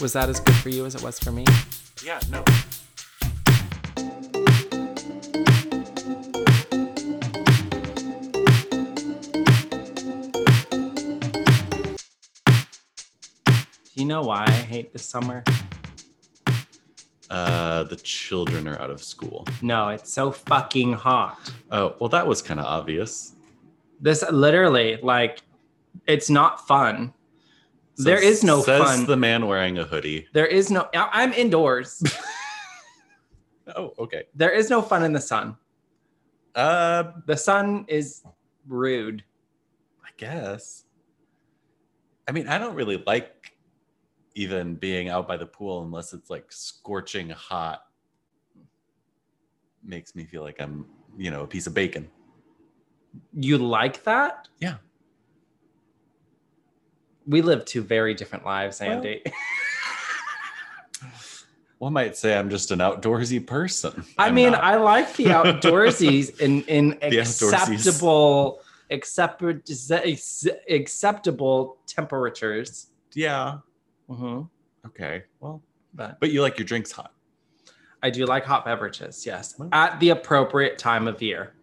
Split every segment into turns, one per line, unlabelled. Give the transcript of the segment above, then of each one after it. Was that as good for you as it was for me?
Yeah, no.
You know why I hate this summer?
Uh, the children are out of school.
No, it's so fucking hot.
Oh, well, that was kind of obvious.
This literally, like, it's not fun. there is no
says
fun.
the man wearing a hoodie.
there is no, I- I'm indoors.
Oh, okay.
there is no fun in the sun.
Uh,
The sun is rude.
I guess. I mean, I don't really like even being out by the pool unless it's like scorching hot. Makes me feel like I'm, you know, a piece of bacon.
You like that?
Yeah.
We live two very different lives, Andy.
One might say I'm just an outdoorsy person.
I
I'm
mean,
not.
I like the outdoorsies in in
outdoorsies.
acceptable accept, acceptable temperatures.
yeah.
Mhm.
Okay. Well,
But
but you like your drinks hot.
I do like hot beverages, yes,
Well-
at the appropriate time of year.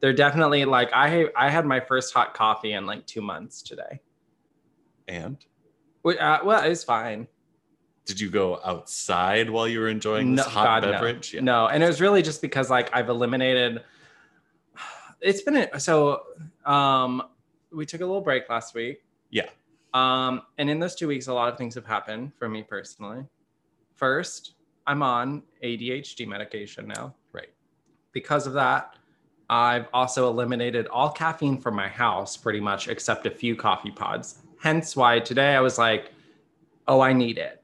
They're definitely like I I had my first hot coffee in like two months today.
And
Wh- Uh, well, it was fine.
did you go outside while you were enjoying this
No,
hot
God, no.
beverage? Yeah.
No, and it was really just because like I've eliminated. It's been a, so. Um, we took a little break last week.
Yeah.
Um, and in those two weeks, a lot of things have happened for me personally. First, I'm on ADHD medication now.
Right.
Because of that, I've also eliminated all caffeine from my house, pretty much, except a few coffee pods. Hence, why today I was like, "Oh, I need it."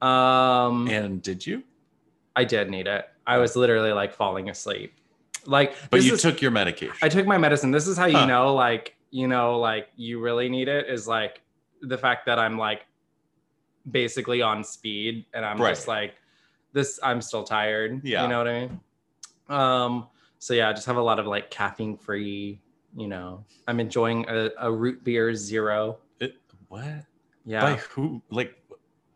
Um,
And did you?
I did need it. I was literally like falling asleep. Like,
But
this
you
is-
took your medication.
I took my medicine. This is how you
Huh.
know, like, you know, like you really need it is like the fact that I'm like basically on speed and I'm just like, this, I'm still tired.
Yeah.
You know what I mean? Um, so yeah, I just have a lot of like caffeine free, you know, I'm enjoying a, a root beer zero.
It- what? By
Yeah. Oh,
who? Like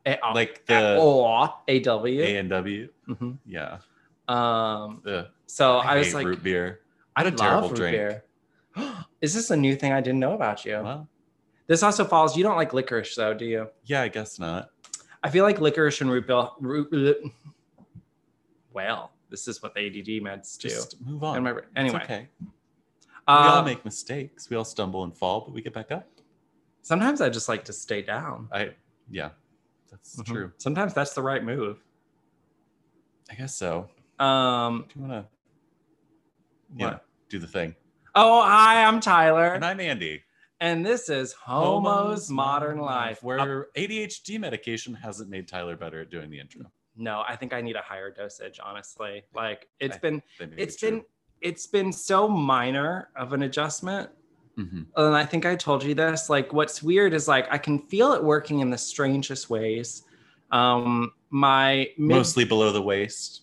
A-
like
a-
the
aw, AW.
A and W?
Mhm.
Yeah.
Um,
Ugh,
so
I,
I, was
hate
like,
root beer.
I
What a
love
terrible
root
drink.
beer. Is this a new thing I didn't know about you?
Well,
This also falls. You don't like licorice, though, do you?
yeah, I guess not.
I feel like licorice and root beer. Root, root- well, this is what the ADD meds do.
Just move on.
And my- anyway,
it's okay. We all
um,
make mistakes. We all stumble and fall, but we get back up.
sometimes I just like to stay down.
I yeah, that's
Mhm.
true.
Sometimes that's the right move.
I guess so.
Um,
Do you wanna
what?
yeah do the thing?
Oh, hi, I'm Tyler,
And I'm Andy.
and this is Homo's Modern Life.
where
Uh,
ADHD medication hasn't made Tyler better at doing the intro.
no, I think I need a higher dosage, honestly. Like it's
I-
been,
That may be
it's
true.
been, it's been so minor of an adjustment
Mhm.
and I think I told you this. Like, what's weird is like I can feel it working in the strangest ways. Um, my mid-
mostly below the waist.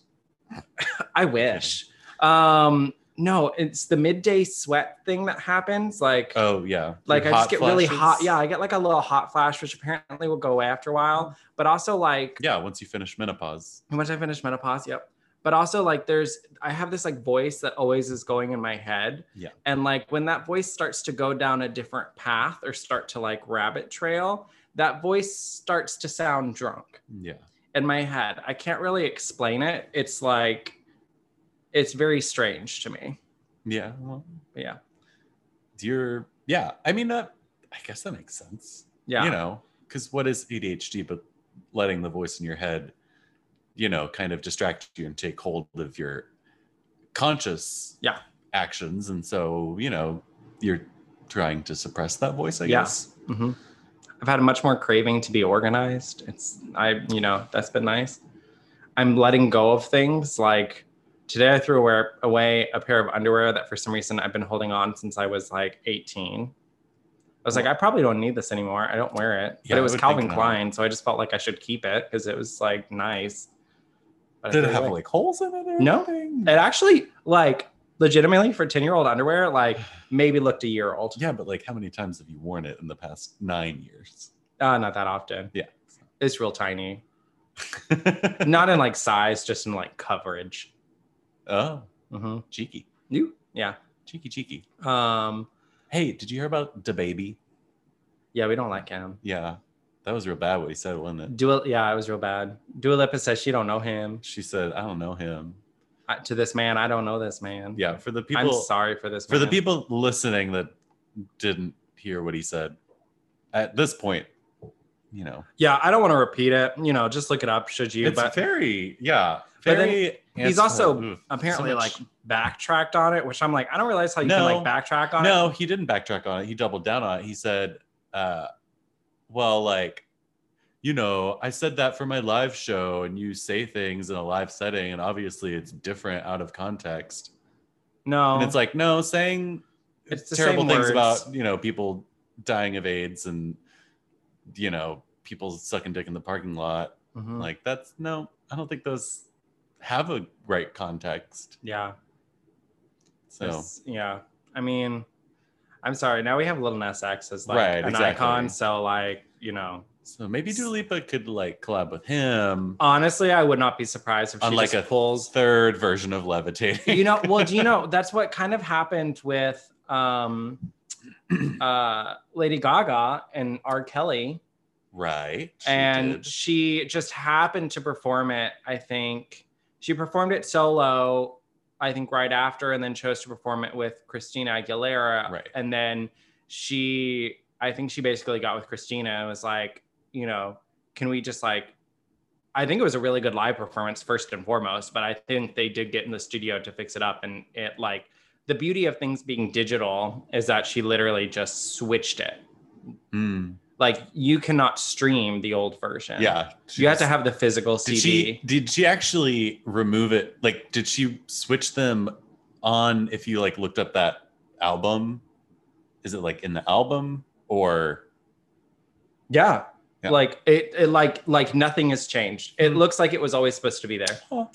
I wish. Um, no, it's the midday sweat thing that happens. Like,
Oh yeah,
like I
Your
just
hot
get really hot.
flashes?
Yeah, I get like a little hot flash, which apparently will go away after a while. But also like
yeah. Once you finish menopause,
once I finish menopause, yep. But also like there's I have this like voice that always is going in my head.
Yeah.
And like when that voice starts to go down a different path or start to like rabbit trail, that voice starts to sound drunk
yeah,
in my head. I can't really explain it. It's like it's very strange to me.
yeah. Well,
But yeah.
you're yeah. I mean, that I guess that makes sense.
Yeah.
You know, because what is ADHD but letting the voice in your head, you know, kind of distract you and take hold of your conscious
Yeah.
actions, and so you know you're trying to suppress that voice. I
Yeah.
guess.
Mhm. I've had a much more craving to be organized. It's I you know that's been nice. I'm letting go of things like today I threw away, away a pair of underwear that for some reason I've been holding on since I was like 18. I was like, I probably don't need this anymore. I don't wear it. but
Yeah, I
it was
would
Calvin
think not.
Klein, so I just felt like I should keep it because it was like nice. But I
Did it
threw
have
away.
like holes in it or
No.
anything?
It actually like legitimately for 10 year old underwear, like maybe looked a year old.
Yeah, but like how many times have you worn it in the past nine years?
Uh, not that often.
Yeah.
It's real tiny. Not in like size, just in like coverage.
oh,
Mm-hmm.
cheeky.
You? Yeah.
Cheeky, cheeky.
Um,
Hey, did you hear about the baby?
yeah, we don't like him.
Yeah, that was real bad what he said, wasn't it?
Dua, yeah, it was real bad. Dua Lipa says she don't know him.
She said, I don't know him.
I, to this man, I don't know this man.
Yeah, for the
I'm
people,
sorry for this.
for the
man.
people listening that didn't hear what he said, at this point, you know,
Yeah, I don't want to repeat it. You know, just look it up. Should you?
it's
but
very, yeah,
But then
very.
he's
anti-
also
oof, so
apparently
much-
like backtracked on it, which I'm like, I don't realize how you
No.
can like backtrack on it.
No, he didn't backtrack on it. He doubled down on it. He said, uh, well, like, you know, I said that for my live show, and you say things in a live setting, and obviously it's different out of context.
No,
And it's like, no, saying
It's the
terrible
same
things
words.
about, you know, people dying of AIDS and, you know, people sucking dick in the parking lot.
Mhm.
Like, that's no, I don't think those have a right context.
yeah,
So,
It's- yeah. I mean, I'm sorry. Now we have Little Nas X as like
Right,
an
exactly.
icon, so like you know,
so maybe Dua Lipa could like collab with him.
honestly, I would not be surprised if she
On like
just
a
pulls
third version of levitating.
you know well do you know that's what kind of happened with um uh lady gaga and r kelly
right. she
and
did.
she just happened to perform it i think she performed it solo i think right after and then chose to perform it with christina aguilera
Right.
and then she i think she basically got with christina and was like you know can we just like I think it was a really good live performance first and foremost, but I think they did get in the studio to fix it up and it like the beauty of things being digital is that she literally just switched it.
Mm,
Like you cannot stream the old version.
yeah. she
You have to
just-
have the physical
Did
CD.
she did she actually remove it? Like, did she switch them on? If you like looked up that album, is it like in the album or
yeah.
Yeah.
Like it, it like like nothing has changed. It
Hmm.
looks like it was always supposed to be there.
Oh.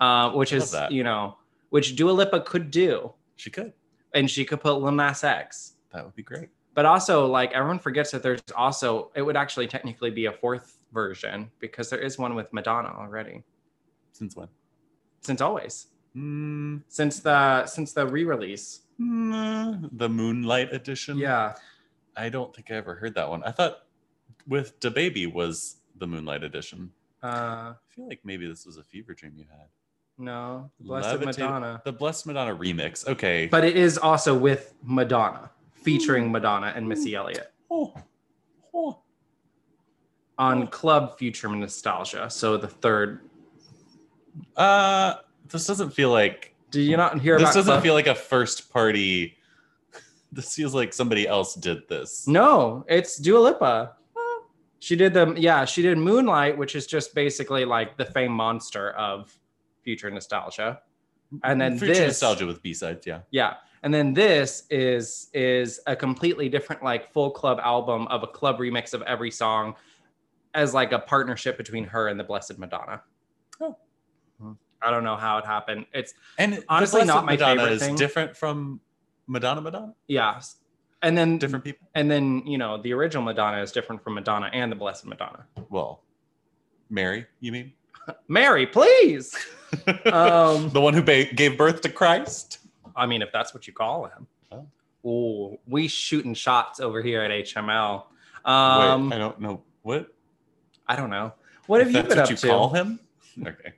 Uh, which
I love
is,
that.
you know, which Dua Lipa could do.
she could?
And she could put Lil Nas X.
That would be great.
but also like everyone forgets that there's also it would actually technically be a fourth version because there is one with madonna already
Since when?
since always
Mm,
since the since the re-release
mm, the Moonlight Edition.
yeah
I don't think I ever heard that one. I thought with the baby was the Moonlight Edition.
uh
I feel like maybe this was a fever dream you had.
no blessed
Levitate-
madonna
The Blessed Madonna remix. Okay.
but it is also with madonna featuring madonna and missy elliott
oh, oh.
on club future nostalgia so the third
Uh, this doesn't feel like
do you not hear
this
about
doesn't
club?
feel like a first party. This feels like somebody else did this.
No, it's Dua Lipa. She did the yeah, she did Moonlight, which is just basically like the fame monster of future nostalgia. Mm, And then
Future
this
nostalgia with B sides, yeah.
yeah. And then this is is a completely different like full club album of a club remix of every song as like a partnership between her and the Blessed Madonna. Hmm.
Oh.
I don't know how it happened. It's
And The
Honestly,
Blessed
not my
Madonna
favorite
is
thing.
different from Madonna Madonna.
yeah. And then
Different people.
and then, you know, the original Madonna is different from Madonna and the Blessed Madonna.
Well, Mary, you mean
Mary, please. Um,
the one who ba- gave birth to Christ?
I mean, if that's what you call him.
Oh.
Oh, we shooting shots over here at HML. Um,
Wait, I don't know what.
I don't know. What have
If
you
that's
been
what
up
you
to?
Call him. Okay.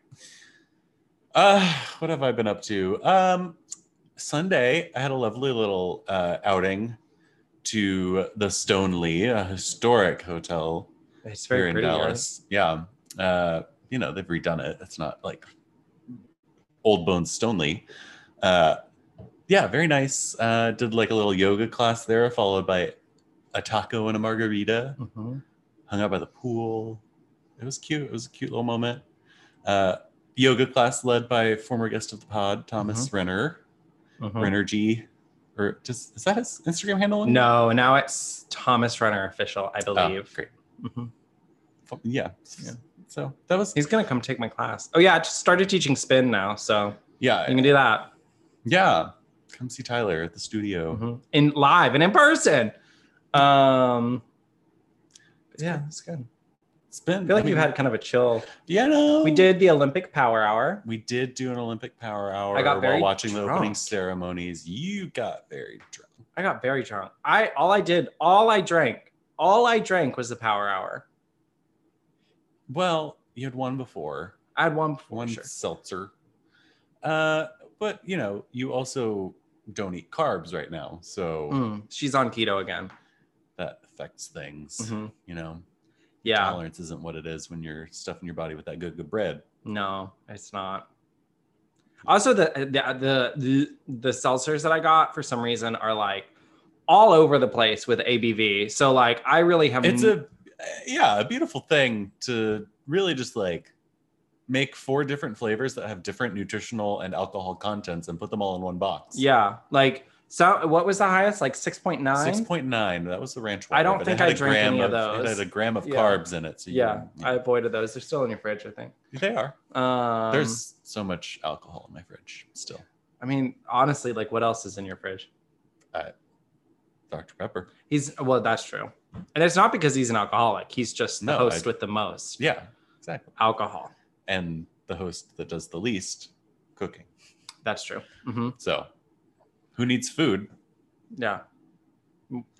Uh, what have I been up to? Um, Sunday, I had a lovely little uh, outing to the Stoneleigh, a historic hotel
It's
here
very
in
pretty. here.
Dallas. Yeah. Uh, you know, they've redone it. It's not like old bones Stoneleigh. Uh, yeah, very nice. Uh, did like a little yoga class there, followed by a taco and a margarita,
Mhm.
hung out by the pool. It was cute. It was a cute little moment. Uh, yoga class led by former guest of the pod, Thomas
Mm-hmm.
Renner,
Mhm.
Renner G, or just is that his Instagram handle?
No, now it's Thomas Renner official, I
Oh,
believe.
great.
Mhm.
F- Yeah.
Yeah.
So that was
He's gonna come take my class. Oh yeah, I just started teaching spin now, so
yeah
you can do that
yeah. Come see Tyler at the studio.
Mhm. in live and in person. Um,
It's
yeah,
good.
it's good.
It's been.
I feel like
I
we've
mean,
had kind of a chill.
Yeah. No.
We did the Olympic Power Hour.
We did do an Olympic Power Hour
I got
while
very
watching the opening
drunk.
ceremonies. You got very drunk.
I got very drunk. I all I did, all I drank, all I drank was the Power Hour.
Well, you had one before,
I had one before.
one
sure.
seltzer. Uh, but you know, you also don't eat carbs right now, so
Mm, she's on keto again.
that affects things.
Mhm.
You know,
Yeah,
tolerance isn't what it is when you're stuffing your body with that good good bread.
no, it's not. Also, the the the the, the seltzers that I got for some reason are like all over the place with ABV. So like, I really have
it's a yeah, a beautiful thing to really just like make four different flavors that have different nutritional and alcohol contents and put them all in one box.
Yeah, like so. What was the highest? Like six point
Six
nine.
point nine. That was the ranch.
I don't
but
think
it had
I
a
drank
gram
any of
It
those.
had a gram of
Yeah.
carbs in it. So you-
Yeah, I avoided those. They're still in your fridge, I think.
they are.
Um,
There's so much alcohol in my fridge still.
I mean, honestly, like, what else is in your fridge?
Dr Pepper.
He's well, that's true, and it's not because he's an alcoholic. He's just the
No,
host
I-
with the most
Yeah, exactly.
alcohol.
And the host that does the least cooking.
That's true. hmm
So, who needs food?
Yeah.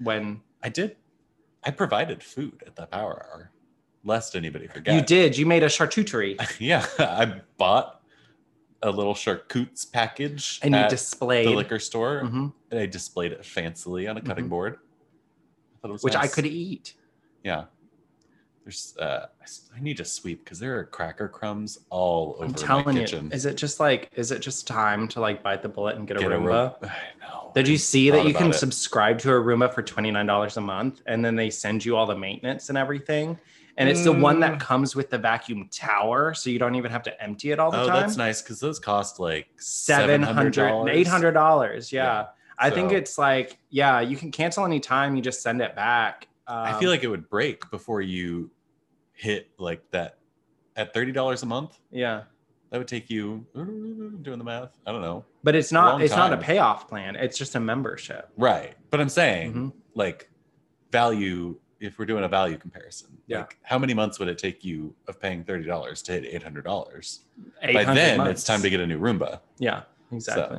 When
I did. I provided food at the power hour, lest anybody forget.
you did, you made a charcuterie
yeah, I bought a little charcutes package
and you
at
displayed,
the liquor store,
Mhm,
and I displayed it fancily on a cutting
Mhm.
board. I thought it was
which I
nice.
could eat.
Yeah. There's. Uh, I s- I need to sweep because there are cracker crumbs all over
I'm
my
telling you,
kitchen.
is it just like, is it just time to like bite the bullet and get a
Get a
Roomba?
ro- I know.
Did you see that
thought
you can
about it.
subscribe to Aruba for $29 a month and then they send you all the maintenance and everything? And it's the one that
Mm.
comes with the vacuum tower, so you don't even have to empty it all the
Oh,
time.
that's nice because those cost like
Seven hundred, eight hundred dollars. Yeah.
Yeah,
I think
so-
it's like, yeah, you can cancel anytime, you just send it back. Um,
I feel like it would break before you hit like that at thirty dollars a month.
Um, yeah.
That would take you doing the math. I don't know.
But it's
long
not it's not
time.
a payoff plan. It's just a membership.
Right, but I'm saying
Mhm.
like value. If we're doing a value comparison,
Yeah.
like how many months would it take you of paying thirty dollars to hit eight hundred dollars? By
800
then,
Mm-hmm. months.
it's time to get a new Roomba.
Yeah, exactly.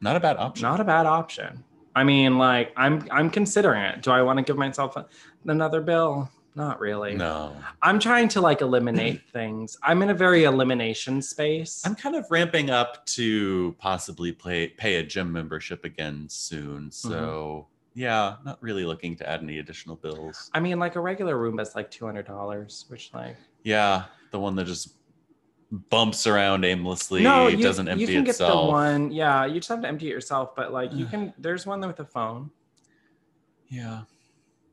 Not a bad option.
not a bad option. I mean, like I'm I'm considering it. Do I want to give myself a, another bill? Not really.
no.
I'm trying to like eliminate things. I'm in a very elimination space.
I'm kind of ramping up to possibly play, pay a gym membership again soon. So,
Mm-hmm.
yeah, not really looking to add any additional bills.
I mean, like a regular Roomba's like two hundred dollars, which like
Yeah, the one that just bumps around aimlessly,
no, you,
doesn't empty
you can get
itself.
the one. Yeah, you just have to empty it yourself. But like you can, there's one with a phone.
Yeah.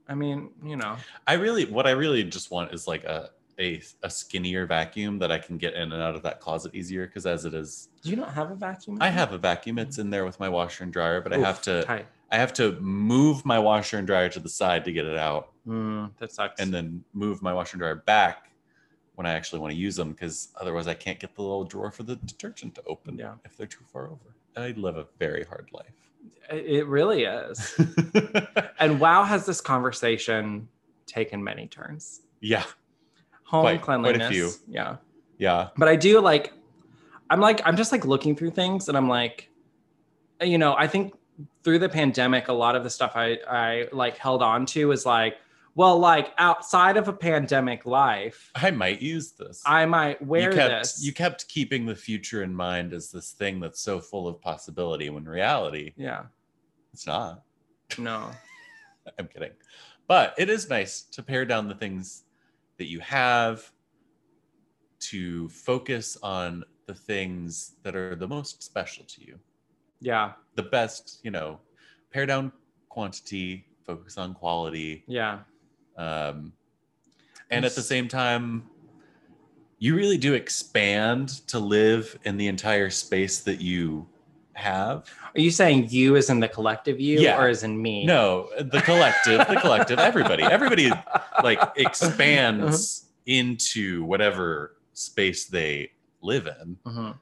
I mean, you know,
I really, what I really just want is like a, a, a skinnier vacuum that I can get in and out of that closet easier. Cause as it is,
do you not have a vacuum?
I have a vacuum, it's in there with my washer and dryer, but I
Mm-hmm. Oof,
have to,
Tight.
I have to move my washer and dryer to the side to get it out.
Mm, that sucks.
and then move my washer and dryer back when I actually want to use them because otherwise I can't get the little drawer for the detergent to open
Yeah.
if they're too far over. I live a very hard life.
it, it really is. And wow, has this conversation taken many turns?
yeah,
Home
Quite- quite a
cleanliness.
few.
Yeah.
yeah,
But I do like, I'm like, I'm just like looking through things and I'm like, you know, I think through the pandemic, a lot of the stuff I, I like held on to is like, well, like outside of a pandemic life,
I might use this.
I might wear
you kept,
this.
You kept keeping the future in mind as this thing that's so full of possibility when in reality
yeah.
it's not.
No.
I'm kidding. But it is nice to pare down the things that you have, to focus on the things that are the most special to you,
Yeah.
the best, you know, pare down quantity, focus on quality
Yeah.
um, and at the same time you really do expand to live in the entire space that you have
Are you saying you is in the collective you
Yeah.
or is in me?
no the collective the collective everybody everybody like
Uh-huh.
expands into whatever space they live in
Mhm.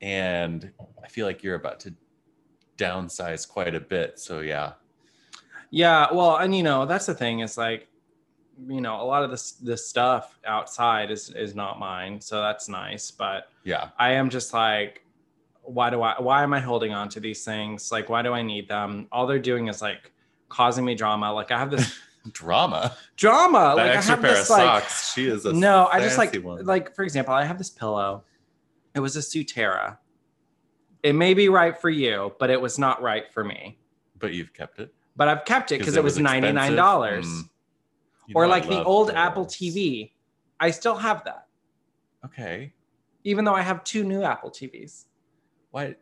and i feel like you're about to downsize quite a bit so yeah
Yeah. Well, and you know, that's the thing is like, you know, a lot of this this stuff outside is is not mine. So that's nice. But
yeah
I am just like, why do I, why am I holding on to these things? Like, why do I need them? All they're doing is like causing me drama. Like, I have this
drama
drama.
that
like, I
extra
have
pair
this
of
like,
socks she is a
no, I just like,
fancy one.
like, for example, I have this pillow. It was a Sutera. It may be right for you, but it was not right for me.
but you've kept it
But I've kept it because it, was
expensive.
$99.
Mm. You
or
know I
like the
love
old
those.
Apple TV. I still have that,
Okay.
even though I have two new Apple TVs.
Why?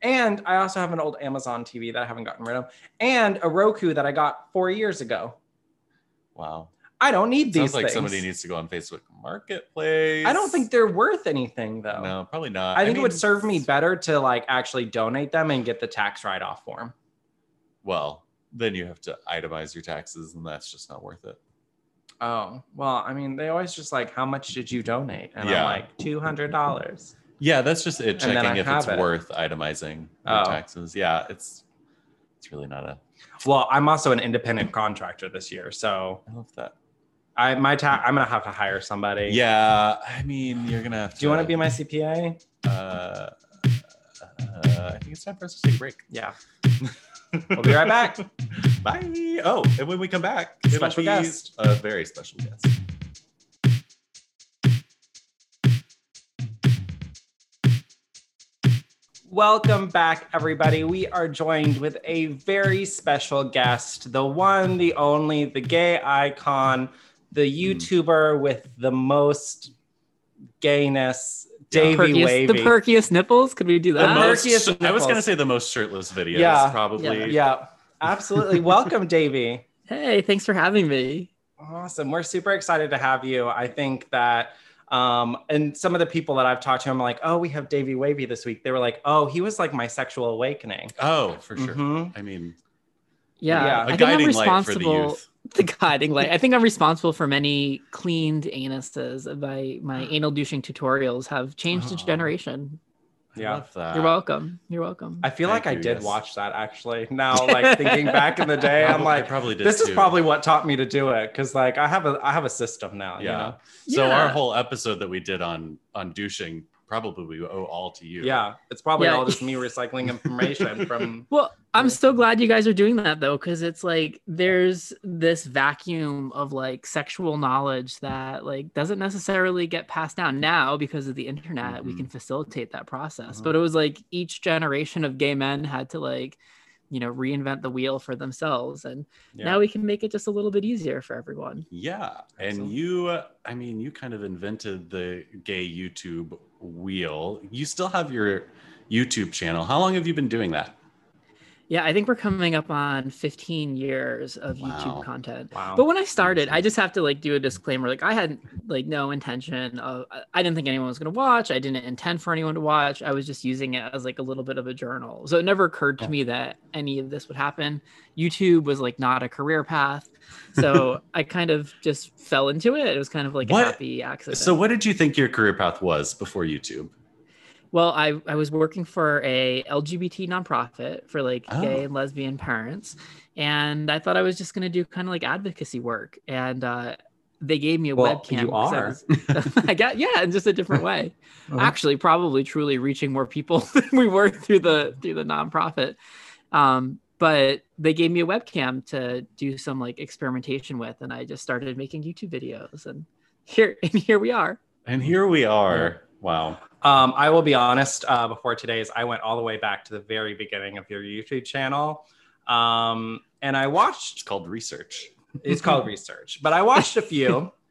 And I also have an old Amazon TV that I haven't gotten rid of, and a Roku that I got four years ago.
Wow.
I don't need these
Sounds like
things.
somebody needs to go on Facebook Marketplace.
I don't think they're worth anything though.
No, probably not.
I think it would
mean,
serve me better to like actually donate them and get the tax write off form.
Well, then you have to itemize your taxes, and that's just not worth it.
Oh, well, I mean, they always just like, how much did you donate? And
Yeah.
I'm like, $200.
Yeah, that's just it.
And then
Checking
I
if
have
it's
it.
worth itemizing your
Oh.
taxes. Yeah, it's it's really not a.
Well, I'm also an independent contractor this year. So
I love that.
I my ta- I'm gonna have to hire somebody.
Yeah, I mean, you're gonna have to.
Do you want to be my CPA?
Uh, uh, I think it's time for us to take a break.
Yeah. We'll be right back.
Bye. Oh, and when we come back,
Special guest.
a very special guest.
Welcome back, everybody. We are joined with a very special guest, the one, the only, the gay icon, the YouTuber with the most gayness,
Yeah.
Davey
Perkiest-
Wavy.
the perkiest nipples. Could we do
The
Ah.
that?
most,
Murkiest
I was gonna
nipples.
say the most shirtless video.
Yeah.
probably.
yeah, absolutely. Welcome, Davey.
hey, thanks for having me.
Awesome. We're super excited to have you. I think that, um, and some of the people that I've talked to, I'm like, oh, we have Davey Wavy this week. They were like, oh, he was like my sexual awakening.
Oh, for sure.
Mhm.
I mean,
Yeah,
Yeah. I
a
I think I'm
guiding light for the
responsible.
youth.
the guiding light. I think I'm responsible for many cleaned anuses. My my anal douching tutorials have changed a
Oh.
Aw.
generation.
Yeah.
I love that.
You're welcome. You're welcome.
I feel
Thank
like I
you,
did
yes.
watch that actually. Now, like thinking back in the day,
Probably-
I'm
I
like,
probably did
this is
too.
probably what taught me to do it because like I have a I have a system now. you
Yeah.
know?
So our
Yeah.
whole episode that we did on on douching probably we owe all to you.
Yeah. It's probably
Yeah.
all just me recycling information from.
Well, I'm so glad you guys are doing that though, because it's like there's this vacuum of like sexual knowledge that like doesn't necessarily get passed down now because of the internet. We
Mhm.
can facilitate that process.
Mhm.
But it was like each generation of gay men had to like, you know, reinvent the wheel for themselves. And
Yeah.
now we can make it just a little bit easier for everyone.
Yeah, and
Absolutely.
you, uh, I mean, you kind of invented the gay YouTube wheel. You still have your YouTube channel. How long have you been doing that?
Yeah, I think we're coming up on 15 years of
Wow.
YouTube content.
Wow.
But when I started, I just have to like do a disclaimer. Like I had like no intention of. I- I didn't think anyone was gonna watch. I didn't intend for anyone to watch. I was just using it as like a little bit of a journal. So it never occurred to me that any of this would happen. YouTube was like not a career path, so I kind of just fell into it. It was kind of like
What?
a happy accident.
So, what did you think your career path was before YouTube?
Well, I, I was working for a LGBT nonprofit for like
Oh.
gay and lesbian parents, and I thought I was just gonna do kind of like advocacy work, and uh, they gave me a
Well,
webcam.
you
'cause
are.
I, was, I got yeah, in just a different way.
Mhm.
Actually, probably truly reaching more people than we were through the through the nonprofit. Um, but they gave me a webcam to do some like experimentation with, and I just started making YouTube videos, and here and here we are.
And here we are. Wow.
Um, I will be honest. Uh, before today's, I went all the way back to the very beginning of your YouTube channel, um, and I watched
It's called research.
It's called research, but I watched a few.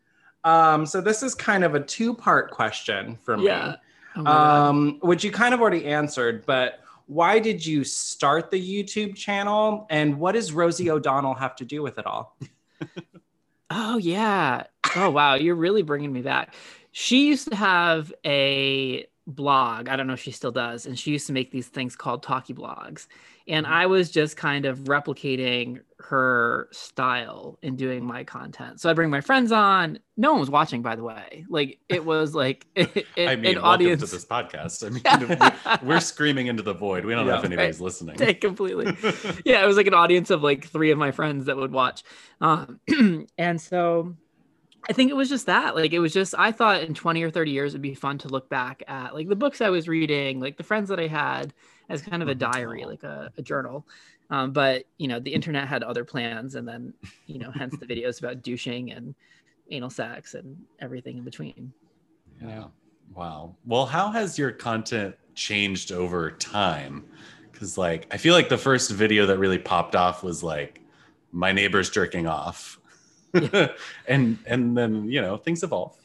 Um, so this is kind of a two-part question for me.
Yeah. Oh my God.
Uh, Um, which you kind of already answered, but why did you start the YouTube channel? And what does Rosie O'Donnell have to do with it all?
Oh yeah. Oh wow, you're really bringing me back. She used to have a blog. I don't know if she still does, and she used to make these things called talkie blogs. And
Mm-hmm.
I was just kind of replicating her style in doing my content. So I bring my friends on. No one was watching, by the way. Like it was like it, it-
I mean,
an
welcome
audience.
to this podcast. I mean, we- we're screaming into the void. We don't know
Yeah.
if anybody's listening.
Yeah, completely. yeah, it was like an audience of like three of my friends that would watch. Um, and so I think it was just that. Like, it was just, I thought in 20 or 30 years, it'd be fun to look back at like the books I was reading, like the friends that I had as kind of a diary, like a, a journal. Um, but, you know, the internet had other plans. And then, you know, hence the videos about douching and anal sex and everything in between.
Yeah. Wow. Well, how has your content changed over time? Because, like, I feel like the first video that really popped off was like, my neighbor's jerking off. and and then you know things evolve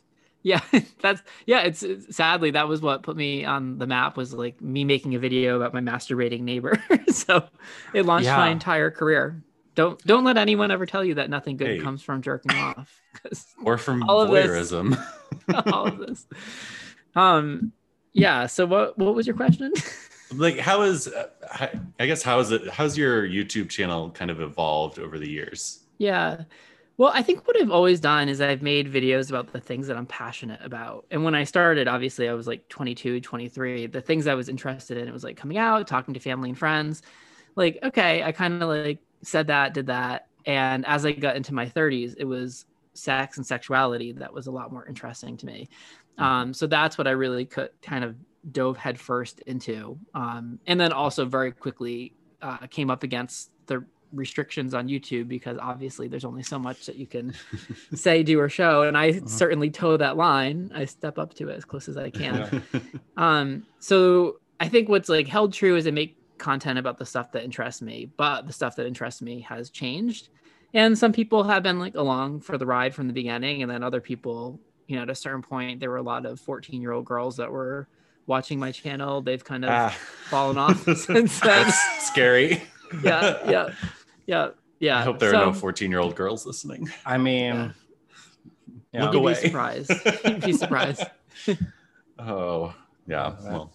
yeah that's yeah it's, it's- sadly that was what put me on the map was like me making a video about my masturbating neighbor so it launched my
Yeah.
entire career don't don't let anyone ever tell you that nothing good
Hey.
comes from jerking off 'cause
or from
All of this.
voyeurism.
all of this um yeah so what what was your question
like how is uh, I- I guess how is it how's your YouTube channel kind of evolved over the years?
Yeah. Well, I think what I've always done is I've made videos about the things that I'm passionate about. And when I started, obviously, I was like 22, 23. The things I was interested in, it was like coming out, talking to family and friends. Like, okay, I kind of like said that, did that. And as I got into my 30s, it was sex and sexuality that was a lot more interesting to me. Um, so that's what I really co- kind of dove headfirst into. Um, and then also very quickly uh, came up against the restrictions on YouTube because obviously there's only so much that you can say, do, or show. And
Uh-huh.
I certainly toe that line. I step up to it as close as I can um so i think what's like held true is i make content about the stuff that interests me but the stuff that interests me has changed and some people have been like along for the ride from the beginning and then other people you know at a certain point there were a lot of 14 year old girls that were watching my channel they've kind of
Ah.
fallen off since then
That's scary.
yeah yeah yeah yeah
I hope there
So,
are no 14 year old girls listening.
I mean, yeah.
Look
you'd
away.
be surprised you'd be surprised
Oh,
Yeah,
yeah.
that-
Well,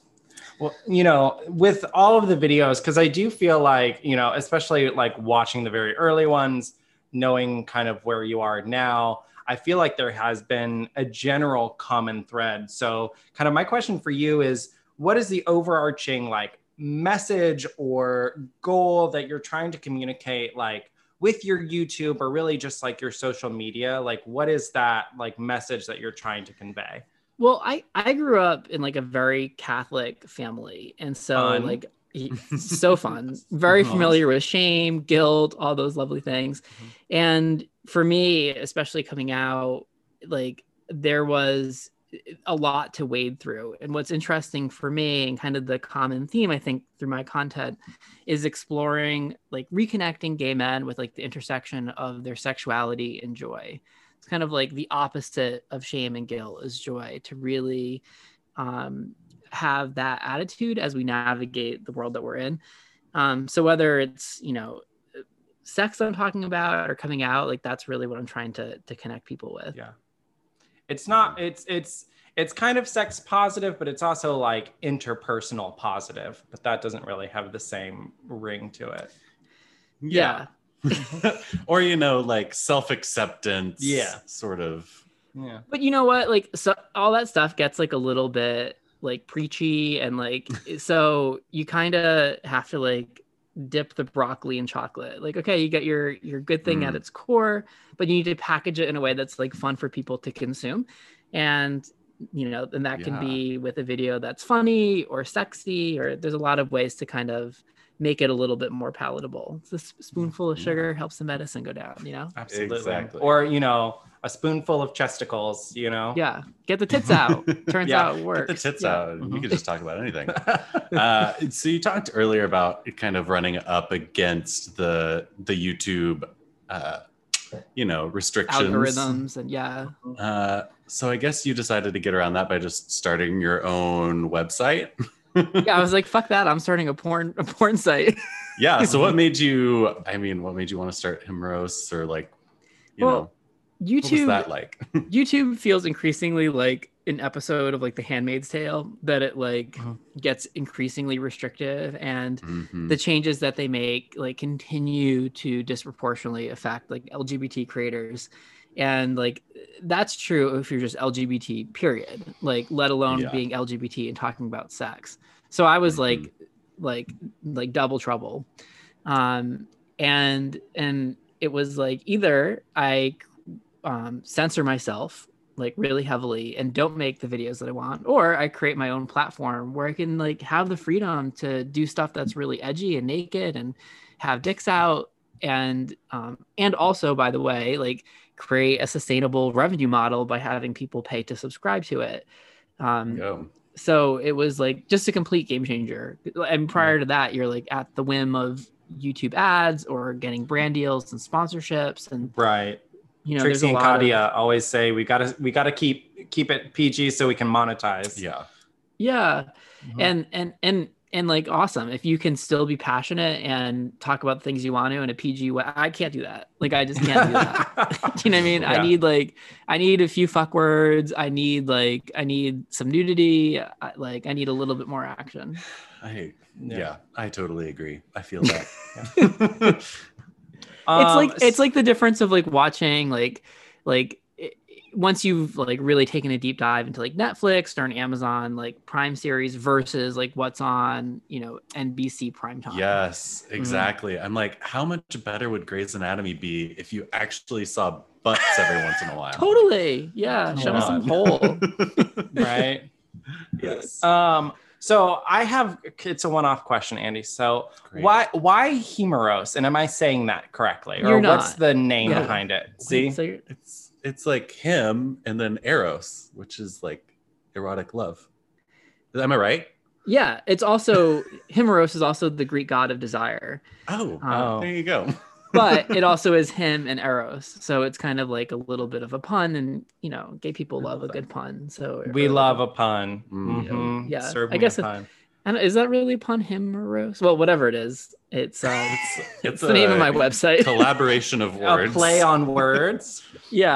Well, you know, with all of the videos, because I do feel like, you know, especially like watching the very early ones, knowing kind of where you are now, I feel like there has been a general common thread. So, kind of my question for you is what is the overarching like message or goal that you're trying to communicate, like with your YouTube or really just like your social media? Like, what is that like message that you're trying to convey?
Well, I I grew up in like a very Catholic family, and so
Fun.
like y- so fun, very
Aw.
familiar with shame, guilt, all those lovely things. And for me, especially coming out, like there was a lot to wade through. And what's interesting for me and kind of the common theme I think through my content is exploring like reconnecting gay men with like the intersection of their sexuality and joy it's kind of like the opposite of shame and guilt is joy to really um, have that attitude as we navigate the world that we're in um, so whether it's you know sex i'm talking about or coming out like that's really what i'm trying to to connect people with
Yeah. It's not it's it's it's kind of sex positive, but it's also like interpersonal positive, but that doesn't really have the same ring to it.
yeah. or, you know, like self acceptance.
Yeah.
Sort of.
Yeah.
But you know what? Like, so all that stuff gets like a little bit like preachy and like, so you kind of have to like dip the broccoli in chocolate. Like, okay, you get your your good thing at
Mm.
its core, but you need to package it in a way that's like fun for people to consume, and you know, and that can
Yeah.
be with a video that's funny or sexy, or there's a lot of ways to kind of make it a little bit more palatable. It's a s- spoonful of
Mhm.
sugar helps the medicine go down. You know.
Absolutely.
Exactly.
Or, you know, a spoonful of chesticles, you know?
Yeah, get the tits out. Turns
Yeah,
out it works.
Oh. Get the tits
Yeah. Mm-hmm.
out. We
Mhm.
could just talk about anything.
Yeah.
uh, so you talked earlier about it kind of running up against the the YouTube, uh, you know, restrictions.
algorithms and yeah
Uh, so I guess you decided to get around that by just starting your own website.
yeah, I was like, fuck that. I'm starting a porn a porn site.
yeah. So what made you? I mean, what made you want to start Himros or like, you
Well,
know, what was
YouTube
that like?
YouTube feels increasingly like an episode of like The Handmaid's Tale that it like
Uh-huh.
Mhm.
gets increasingly restrictive and
Mhm.
the changes that they make like continue to disproportionately affect like LGBT creators and like that's true if you're just LGBT period like let alone
Yeah.
being LGBT and talking about sex so I was
Mhm.
like like like double trouble um and and it was like either I um censor myself like really heavily and don't make the videos that I want, or I create my own platform where I can like have the freedom to do stuff that's really edgy and naked and have dicks out and um and also by the way like create a sustainable revenue model by having people pay to subscribe to it um
Go.
so it was like just a complete game changer and prior to that you're like at the whim of youtube ads or getting brand deals and sponsorships and
Right.
you know there's
Trixie
a
and
lot of-
Katia always say we gotta we gotta keep keep it PG so we can monetize.
Yeah.
yeah
Mhm.
and and and and like awesome if you can still be passionate and talk about the things you want to in a pg way i can't do that like i just can't do that do you know what i mean
Yeah.
i need like i need a few fuck words i need like i need some nudity I, like i need a little bit more action
I yeah.
Yeah.
I totally agree. I feel that.
it's
Um,
like it's like the difference of like watching like like i- once you've like really taken a deep dive into like Netflix or an Amazon like Prime series versus like what's on you know NBC primetime.
yes,
Mm-hmm.
exactly. I'm like, how much better would Grey's Anatomy be if you actually saw butts every once in a while?
totally. Yeah, show me some pole.
right.
Yes.
Uh,
Um, so I have it's a one-off question, Andy. So
Great.
why why Hemeros? And am I saying that correctly? or
You're
what's
not.
the name
Yeah.
behind it? See?
So you're-
It's it's like him and then Eros, which is like erotic love. Am I right?
yeah, it's also Himeros is also the Greek god of desire,
Oh,
Oh.
there you go.
but it also is him and Eros. So it's kind of like a little bit of a pun, and you know, gay people love a good pun. So
We
or-
love a pun.
Mm.
Mhm.
Yeah.
Serve
I
me a
guess it-
pun.
And is that really upon him morose? Well, whatever it is, it's uh,
It's,
it's the name of my website.
collaboration of
a
words.
play on words.
yeah,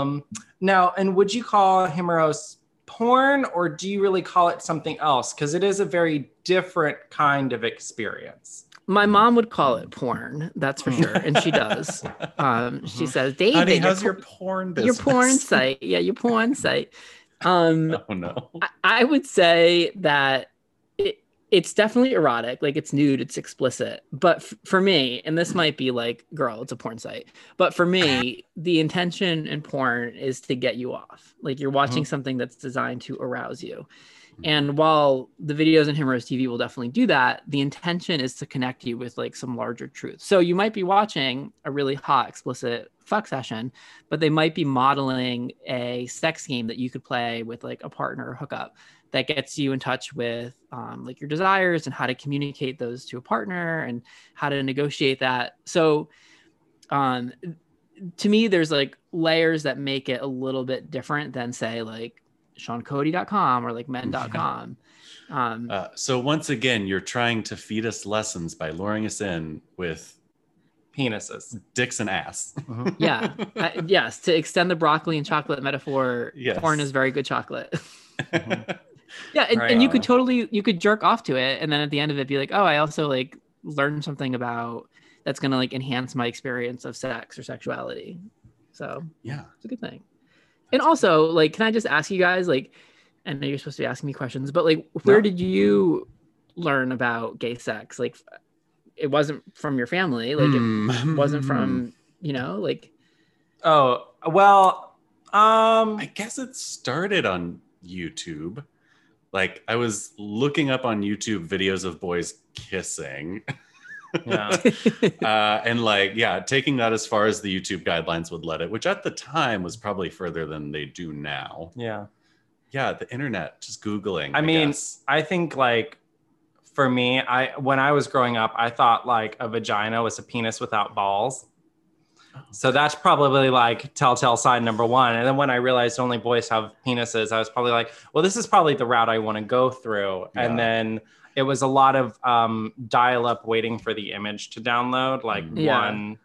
um now and would you call Hemeros porn or do you really call it something else? Because it is a very different kind of experience.
my mom would call it porn. That's for sure, and she does. Um, she
Mhm.
says, "David,
Honey,
your
how's your
por-
porn
your
business?
porn site? Yeah, your porn site." Um,
Oh no.
I, I would say that it, it's definitely erotic. Like it's nude, it's explicit. But f- for me, and this might be like, girl, it's a porn site. But for me, the intention in porn is to get you off. Like you're watching something that's designed to arouse you. And while the videos in Himrose TV will definitely do that, the intention is to connect you with like some larger truth. So you might be watching a really hot, explicit fuck session, but they might be modeling a sex game that you could play with like a partner or hookup that gets you in touch with um, like your desires and how to communicate those to a partner and how to negotiate that. So um, to me, there's like layers that make it a little bit different than say like SeanCody.com or like men.com. Um,
Uh, so once again, you're trying to feed us lessons by luring us in with
Penises.
dicks and ass.
yeah. I, yes. To extend the broccoli and chocolate metaphor,
Yes.
porn is very good chocolate. yeah. And,
Right.
and you could totally, you could jerk off to it. And then at the end of it, be like, oh, I also like learned something about that's going to like enhance my experience of sex or sexuality. So
yeah.
It's a good thing. And also, like, can I just ask you guys, like, I know you're supposed to be asking me questions, but like, where
No.
did you learn about gay sex? Like, it wasn't from your family. Like, it
Hmm.
wasn't from you know, like,
Oh, well, um
Hmm. I guess it started on YouTube. Like I was looking up on YouTube videos of boys kissing,
yeah.
uh, and like yeah, taking that as far as the YouTube guidelines would let it, which at the time was probably further than they do now.
Yeah.
Yeah, the internet, just googling.
I mean,
guess.
I think like for me, I when I was growing up, I thought like a vagina was a penis without balls. So that's probably like telltale sign number one. And then when I realized only boys have penises, I was probably like, well, this is probably the route I want to go through.
Yeah.
And then it was a lot of um, dial up waiting for the image to download, like
Yeah.
one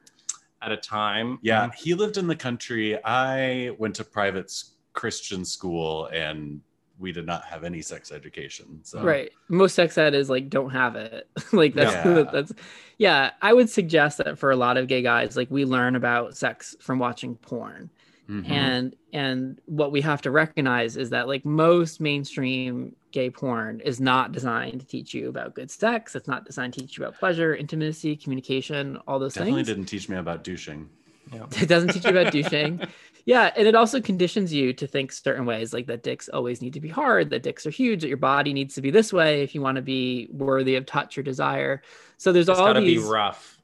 at a time.
Mm-hmm.
Yeah, he lived in the country. I went to private s- Christian school and we did not have any sex education. So
Right. Most sex ed is like don't have it. like that's
Yeah.
that's yeah. I would suggest that for a lot of gay guys, like we learn about sex from watching porn.
Mhm.
And and what we have to recognize is that like most mainstream gay porn is not designed to teach you about good sex. It's not designed to teach you about pleasure, intimacy, communication, all those
definitely
things.
didn't teach me about douching.
It doesn't teach you about douching. Yeah, and it also conditions you to think certain ways, like that dicks always need to be hard, that dicks are huge, that your body needs to be this way if you want to be worthy of touch or desire. So there's
it's
all
got to
these.
be rough.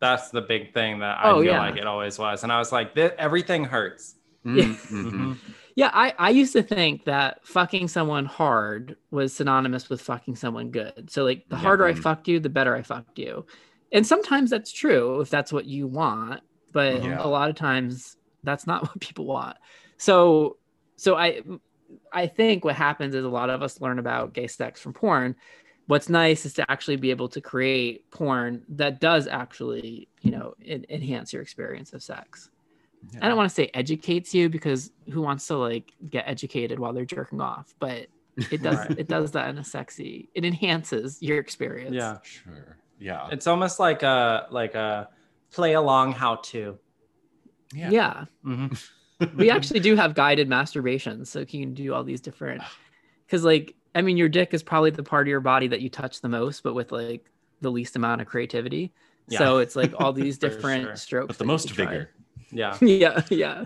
That's the big thing that I
Oh,
feel
yeah.
like it always was. And I was like, "Th- everything hurts.
Mm, mhm.
Mhm.
Yeah, I, I used to think that fucking someone hard was synonymous with fucking someone good. So like the
Yeah.
harder I fucked you, the better I fucked you. And sometimes that's true if that's what you want, but
Yeah.
a lot of times that's not what people want. So so I I think what happens is a lot of us learn about gay sex from porn. What's nice is to actually be able to create porn that does actually, you know, en- enhance your experience of sex. I don't want to say educates you because who wants to like get educated while they're jerking off? But it does
Right.
it does that in a sexy. It enhances your experience.
Yeah.
Sure. Yeah.
It's almost like a like a play along how to.
yeah.
Mhm.
We actually do have guided masturbation, so you can do all these different. Because like I mean, your dick is probably the part of your body that you touch the most, but with like the least amount of creativity.
Yeah.
So it's like all these
For
different
sure.
strokes.
But the
that you
most
can try.
vigor.
Yeah.
Yeah, yeah.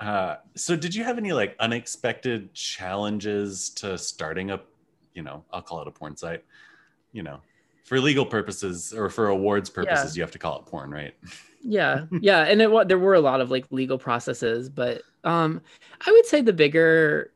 Uh, so did you have any like unexpected challenges to starting a you know i'll call it a porn site you know for legal purposes or for awards purposes you have to call it porn right
yeah yeah and it wa- there were a lot of like legal processes but um i would say the bigger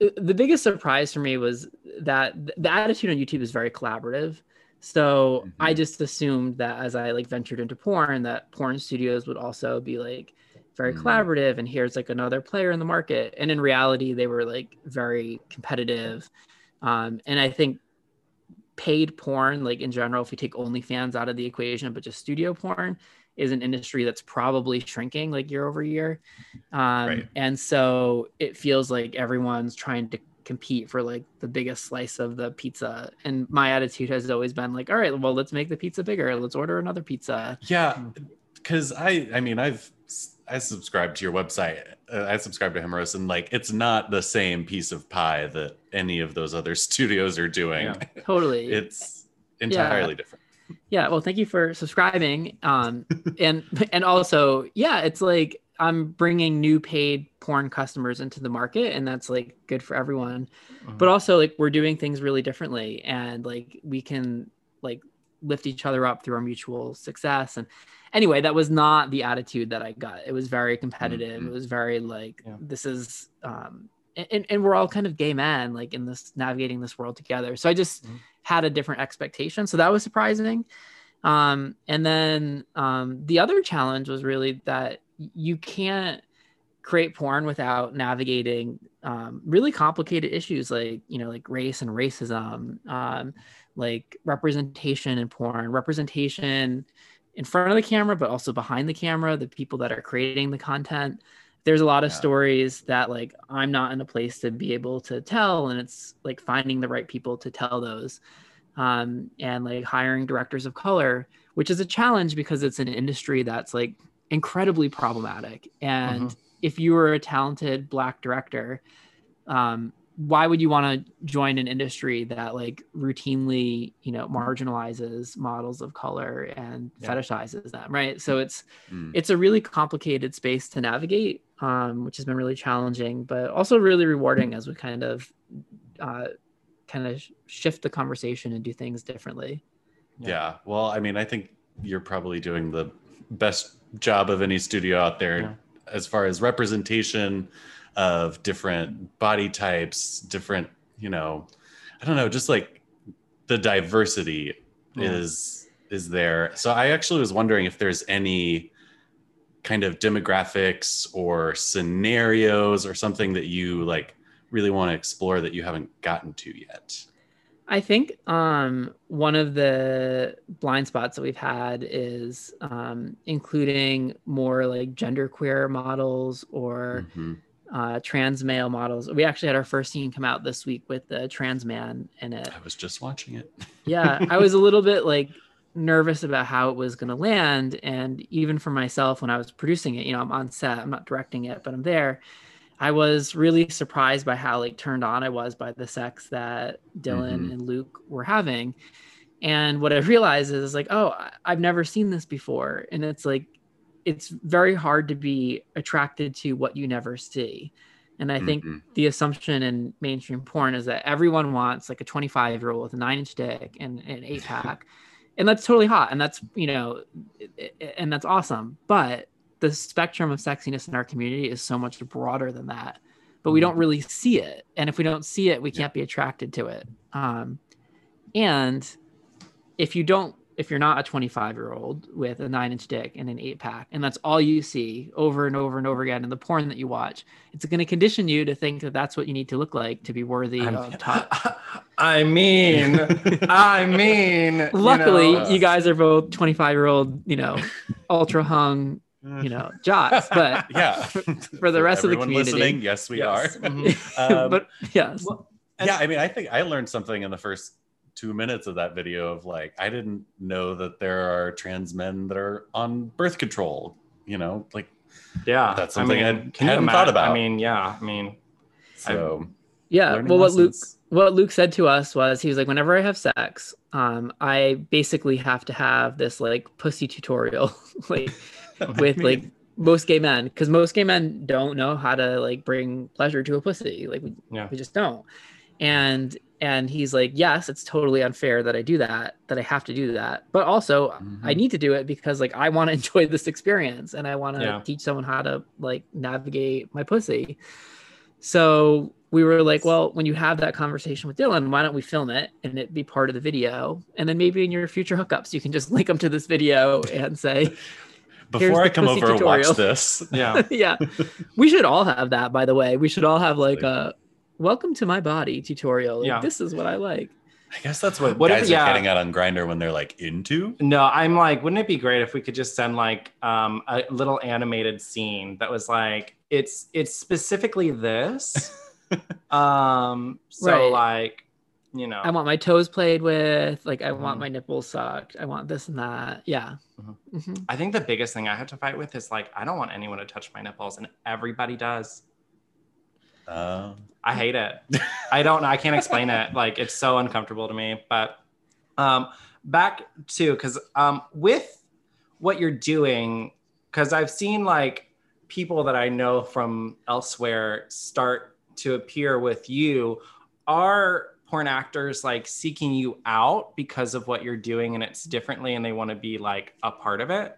uh, the biggest surprise for me was that th- the attitude on youtube is very collaborative so i
Mhm.
just assumed that as i like ventured into porn that porn studios would also be like very
Mm.
collaborative and here's like another player in the market and in reality they were like very competitive um, and I think paid porn, like in general, if we take OnlyFans out of the equation, but just studio porn is an industry that's probably shrinking like year over year. Um,
Right.
And so it feels like everyone's trying to compete for like the biggest slice of the pizza. And my attitude has always been like, all right, well, let's make the pizza bigger. Let's order another pizza.
yeah because i i mean i've i subscribe to your website uh, i subscribe to himmerus and like it's not the same piece of pie that any of those other studios are doing
Yeah.
Totally.
it's entirely different
Yeah, well, thank you for subscribing. Um, and and also, yeah, it's like I'm bringing new paid porn customers into the market, and that's like good for everyone. But also, like we're doing things really differently, and like we can like lift each other up through our mutual success. And anyway, that was not the attitude that I got. It was very competitive. It
Mhm.
was very like
Yeah.
this is. Um, and, and we're all kind of gay men like in this navigating this world together so i just
Mhm.
had a different expectation so that was surprising um, and then um, the other challenge was really that you can't create porn without navigating um, really complicated issues like you know like race and racism um, like representation in porn representation in front of the camera but also behind the camera the people that are creating the content there's a lot of
Yeah.
stories that like i'm not in a place to be able to tell and it's like finding the right people to tell those um, and like hiring directors of color, which is a challenge because it's an industry that's like incredibly problematic. And if you were a talented black director, um, why would you want to join an industry that like routinely, you know, marginalizes models of color and
Yeah.
fetishizes them, right? So it's
Mm.
it's a really complicated space to navigate, um, which has been really challenging, but also really rewarding as we kind of uh, kind of sh- shift the conversation and do things differently.
Yeah.
Yeah. Well, I mean, I think you're probably doing the best job of any studio out there
Yeah.
as far as representation of different body types, different, you know, I don't know, just like the diversity
Yeah.
is is there. So I actually was wondering if there's any kind of demographics or scenarios or something that you like really want to explore that you haven't gotten to yet?
I think um, one of the blind spots that we've had is um, including more like genderqueer models or
Mm-hmm.
Mhm.
uh, trans male models. We actually had our first scene come out this week with a trans man in it.
I was just watching it.
Yeah, I was a little bit like nervous about how it was going to land. And even for myself, when I was producing it, you know, I'm on set, I'm not directing it, but I'm there. I was really surprised by how like turned on I was by the sex that Dylan
Mhm.
and Luke were having. And what I realized is like, oh, I- I've never seen this before. And it's like, it's very hard to be attracted to what you never see. And I think
Mm-hmm.
Mhm.
the assumption in mainstream porn is that everyone wants like a 25 year old with a nine inch dick and an eight pack. and that's totally hot. And that's, you know, i- i- and that's awesome. But the spectrum of sexiness in our community is so much broader than that. But we don't really see it. And if we don't see it, we
Yeah.
can't be attracted to it. Um, and if you don't, if you're not a 25 year old with a nine inch dick and an eight pack, and that's all you see over and over and over again in the porn that you watch, it's going to condition you to think that that's what you need to look like to be worthy of top.
I mean, I mean, you
Luckily, you,
uh,
know,
guys are both 25 year old, you know, ultra hung, you know, jocks. But
yeah.
uh, for the rest of the
everyone
community.
listening, yes, we
yes.
are.
Mhm.
Um,
but yes,
And-
yeah, I mean, I think I learned something in the first two minutes of that video of like, I didn't know that there are trans men that are on birth control, you know, like,
yeah,
That's something I
mean, can you
hadn't
imagine-
thought about.
I mean, yeah, I mean,
so.
yeah.
learning
Well, what Luke
lessons.
what Luke said to us was he was like, whenever I have sex, um, I basically have to have this like pussy tutorial, like with like most gay men, because most gay men don't know how to like bring pleasure to a pussy, like we,
Yeah.
we just don't. And and he's like, yes, it's totally unfair that I do that, that I have to do that, but also
Mm-hmm.
I need to do it because like I want to enjoy this experience and I want to
Yeah.
teach someone how to like navigate my pussy. So we were like, well, when you have that conversation with Dylan, why don't we film it and it be part of the video? And then maybe in your future hookups, you can just link them to this video and say, here's
Before I
the
come
pussy
over and watch
tutorial.
this,
yeah,
yeah, we should all have that, by the way. We should all have like a welcome to my body tutorial. Like,
Yeah.
This is what I like.
I guess that's what,
What if-
guys
yeah.
are getting out on Grinder when they're like into.
no, I'm like, wouldn't it be great if we could just send like um, a little animated scene that was like, it's it's specifically this, um, so
Right.
like, you know,
I want my toes played with, like, I
Mhm.
want my nipples sucked. I want this and that. Yeah.
Mhm.
Mhm.
I think the biggest thing I have to fight with is like, I don't want anyone to touch my nipples, and everybody does.
Uh,
I hate it. I don't know. I can't explain it. Like it's so uncomfortable to me. But um, back to because um, with what you're doing, because I've seen like people that I know from elsewhere start to appear with you. Are porn actors like seeking you out because of what you're doing and it's differently, and they want to be like a part of it?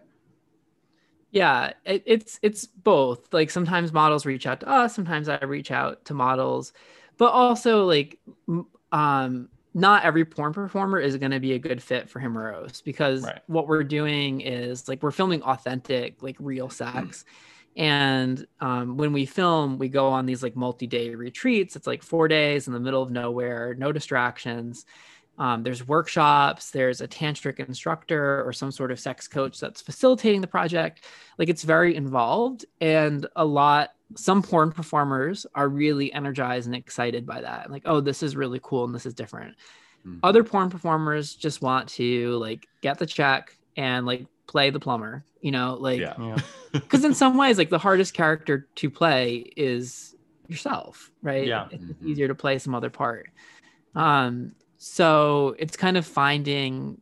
Yeah, it, it's it's both. Like sometimes models reach out to us, sometimes I reach out to models, but also like m- um not every porn performer is going to be a good fit for Himeros because
Right.
what we're doing is like we're filming authentic, like real sex. And um, when we film, we go on these like multi day retreats. It's like four days in the middle of nowhere, no distractions. Um, there's workshops, there's a tantric instructor or some sort of sex coach that's facilitating the project. Like it's very involved and a lot. Some porn performers are really energized and excited by that. Like, oh, this is really cool and this is different other porn performers just want to like get the check and like play the plumber you know like
yeah.
Yeah.
because in some ways like the hardest character to play is yourself right
Yeah.
it's
Mhm.
easier to play some other part um so it's kind of finding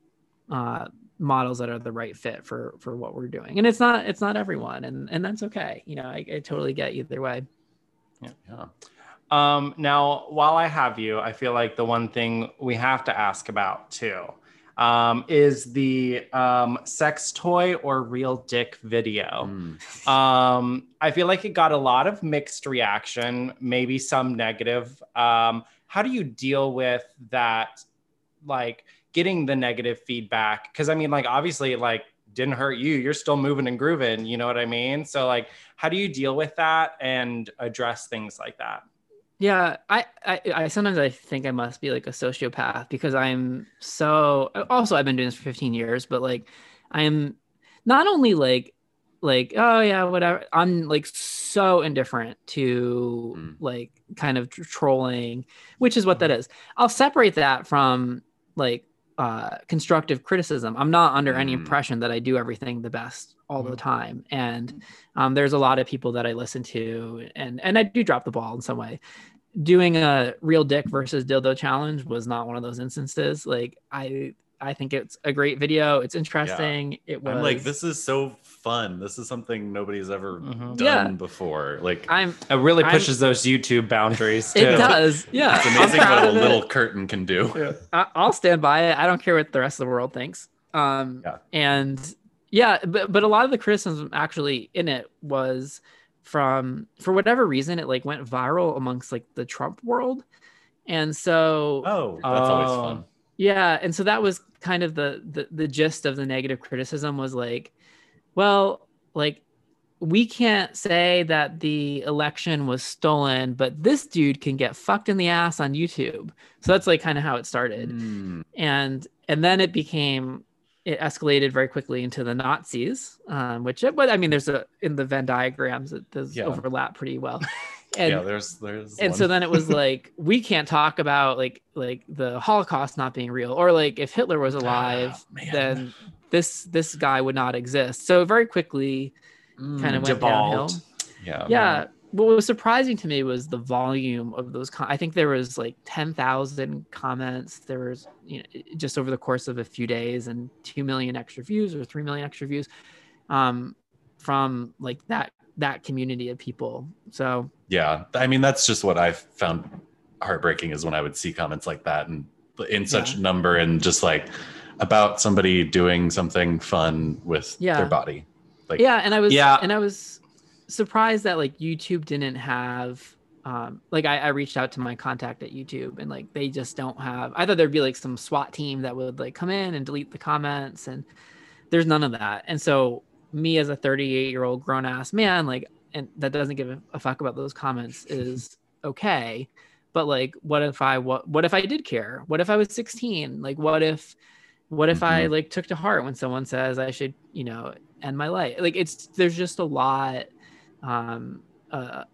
uh models that are the right fit for for what we're doing and it's not it's not everyone and and that's okay you know i, I totally get either way
yeah.
Um, now, while I have you, I feel like the one thing we have to ask about too um, is the um, sex toy or real dick
oh,
video.
Mm.
Um, I feel like it got a lot of mixed reaction, maybe some negative. Um, how do you deal with that? Like getting the negative feedback? Because I mean, like, obviously, like, didn't hurt you. You're still moving and grooving. You know what I mean? So, like, how do you deal with that and address things like that?
Yeah, I, I, I sometimes I think I must be like a sociopath because I'm so. Also, I've been doing this for 15 years, but like, I'm not only like, like, oh yeah, whatever. I'm like so indifferent to
Mm. Mm-hmm.
like kind of tr- trolling, which is what that is. I'll separate that from like uh, constructive criticism. I'm not under any
Mm.
impression that I do everything the best all the
Mhm.
time, and um, there's a lot of people that I listen to, and and I do drop the ball in some way doing a real dick versus dildo challenge was not one of those instances. Like I I think it's a great video. It's interesting. It was
I'm like, this is so fun. This is something nobody's ever
Mm.
Mhm.
done before. Like,
I'm
It really
I'm-
pushes those YouTube boundaries. Too.
it does. Yeah.
it's
I'm
amazing
proud
what a
of it.
little curtain can do.
I, I'll stand by it. I don't care what the rest of the world thinks. Um,
Yeah.
and yeah, but but a lot of the criticism actually in it was from for whatever reason it like went viral amongst like the Trump world, and so
Oh, that's always
Oh.
fun.
yeah and so that was kind of the, the the gist of the negative criticism was like well like we can't say that the election was stolen but this dude can get fucked in the ass on youtube so that's like kind of how it started
Mm.
and and then it became it escalated very quickly into the Nazis, um, which but I mean, there's a in the Venn diagrams it does
Yeah.
overlap pretty well, and
yeah, there's there's
and
one.
so then it was like we can't talk about like like the Holocaust not being real or like if Hitler was alive,
Ah, man.
then this this guy would not exist. So it very quickly, kind of went downhill.
devolved.
Mm. yeah.
yeah. What was surprising to me was the volume of those. Com- I think there was like ten thousand comments. There was you know just over the course of a few days and two million extra views or three million extra views, um, from like that that community of people. So
yeah i mean that's just what i found heartbreaking is when i would see comments like that and in such number and just like about somebody doing something fun with
Yeah.
their body like
yeah and i was
Yeah.
and i was surprised that like youtube didn't have um like I, I reached out to my contact at youtube and like they just don't have i thought there'd be like some swat team that would like come in and delete the comments and there's none of that and so me as a 38 year old grown ass man like and that doesn't give a- a fuck about those comments is okay but like what if i what what if i did care what if i was 16 like what if what if i
Mm-hmm.
like took to heart when someone says i should you know end my life like it's there's just a lot um uh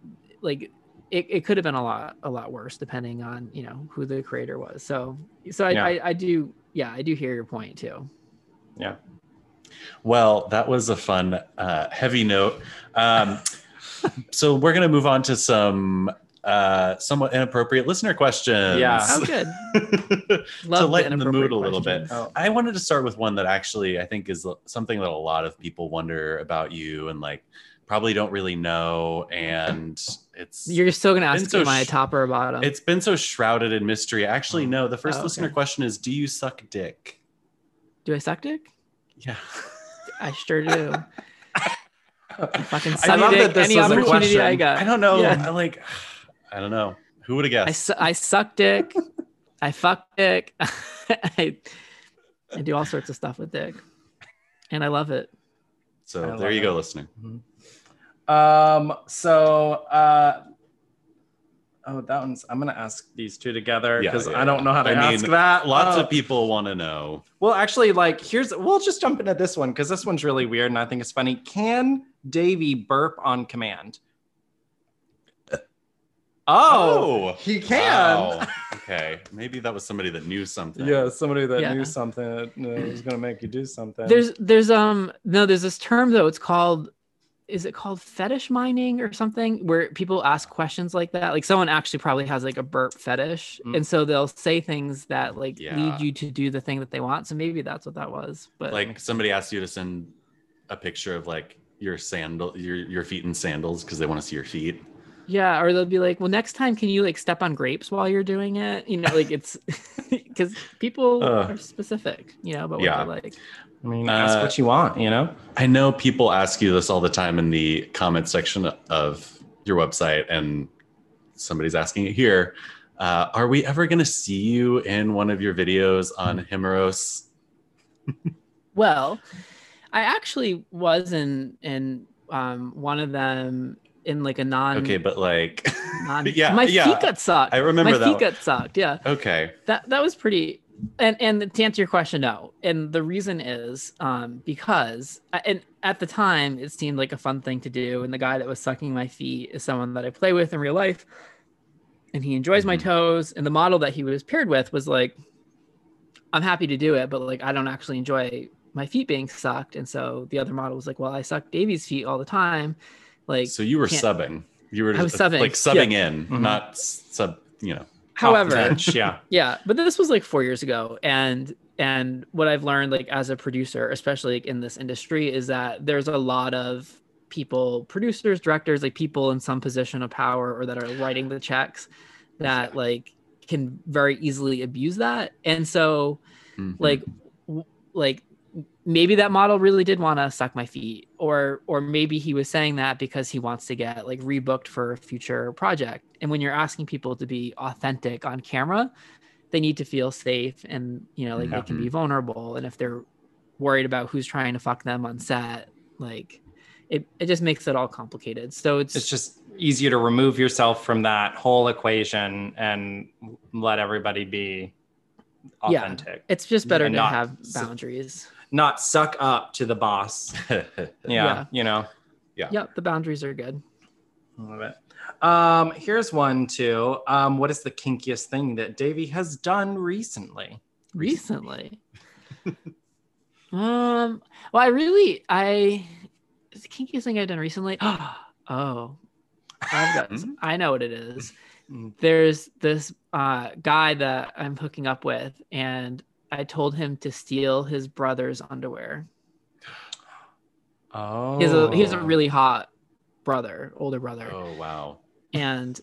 like it, it could have been a lot a lot worse depending on you know who the creator was so so i
Yeah.
I, I do yeah i do hear your point too
Well, that was a fun, uh, heavy note. Um, so we're going to move on to some uh, somewhat inappropriate listener questions.
Yeah.
oh good love
lighten the mood
inappropriate
a little bit.
questions.
Oh.
I wanted to start with one that actually I think is something that a lot of people wonder about you and like probably don't really know. And it's
you're still gonna
Been
ask
so
am i a
sh-
top or a bottom
it's been so shrouded in mystery. Actually, no. The first
Oh, okay.
listener question is, "Do you suck dick?"
do i suck dick
Yeah.
i sure do fucking
I
suck
love
dick
that this
any
was a
opportunity i
question.
got
I don't know.
Yeah.
I like. I don't know. Who would have
I,
guessed?
su- I suck dick. I fuck dick. I, I do all sorts of stuff with dick. And I love it.
I
So
love
there you
it.
go, listener.
Um, so uh oh that one's I'm gonna ask these two together
Yeah,
because
yeah,
I don't know how to
I mean,
ask that.
Lots
Uh,
of people want to know.
well actually like here's we'll just jump into this one because this one's really weird and I think it's funny. Can Davy burp on command? Oh, he can.
Wow. Okay. Maybe that was somebody that knew something.
Yeah, somebody that
Yeah.
knew something that uh, was gonna make you do something.
There's there's um no there's this term though it's called is it called fetish mining or something where people ask questions like that like someone actually probably has like a burp fetish
Mm.
and so they'll say things that like
Yeah.
lead you to do the thing that they want so maybe that's what that was but
Like somebody asked you to send a picture of like your sandal, your your feet in sandals because they want to see your feet.
Yeah, or they'll be like, "Well, next time, can you like step on grapes while you're doing it?" You know, like it's because people
Ugh.
are specific, you know, about what
Uh. Yeah.
they like.
I mean, ask
uh,
what you want, you know?
I know people ask you this all the time in the comment section of your website, and somebody's asking it here. Uh, are we ever going to see you in one of your videos on Himeros?
Well, I actually was in in um, one of them in like a non.
Okay, but like,
non
yeah,
my
yeah.
feet got sucked.
I remember
my
that.
feet
one.
got sucked. Yeah,
okay,
that that was pretty. And and to answer your question, no. And the reason is um, because and at the time it seemed like a fun thing to do. And the guy that was sucking my feet is someone that I play with in real life, and he enjoys my
Mhm.
toes. And the model that he was paired with was like, I'm happy to do it, but like I don't actually enjoy my feet being sucked. And so the other model was like, well, I suck Davy's feet all the time. Like,
so you were
can't-
subbing. You were
I was
just
subbing, Mm-hmm.
like subbing in,
Mhm.
not s- sub. You know,
however,
Off the bench, yeah.
yeah but this was like four years ago and and what i've learned like as a producer especially like, in this industry is that there's a lot of people producers directors like people in some position of power or that are writing the checks that like can very easily abuse that and so
Mhm.
like
Mm-hmm.
w- like maybe that model really did want to suck my feet or or maybe he was saying that because he wants to get like rebooked for a future project and when you're asking people to be authentic on camera they need to feel safe and you know like they
Mm-hmm.
can be vulnerable and if they're worried about who's trying to fuck them on set like it, it just makes it all complicated so it's,
It's just easier to remove yourself from that whole equation and let everybody be
Yeah.
authentic.
it's just better
and
to
not-
have
so-
boundaries
Not suck up to the boss. yeah.
Oh,
Yeah.
you know.
yep the boundaries are good
Love it. Um, here's one too. Um, what is the kinkiest thing that Davey has done recently?
recently um well i really i it's the kinkiest thing i've done recently oh i've got
Hmm?
i know what it is
Mm.
there's this uh guy that i'm hooking up with and i told him to steal his brother's underwear
Oh,
he has a he has a really hot brother older brother
oh wow,
and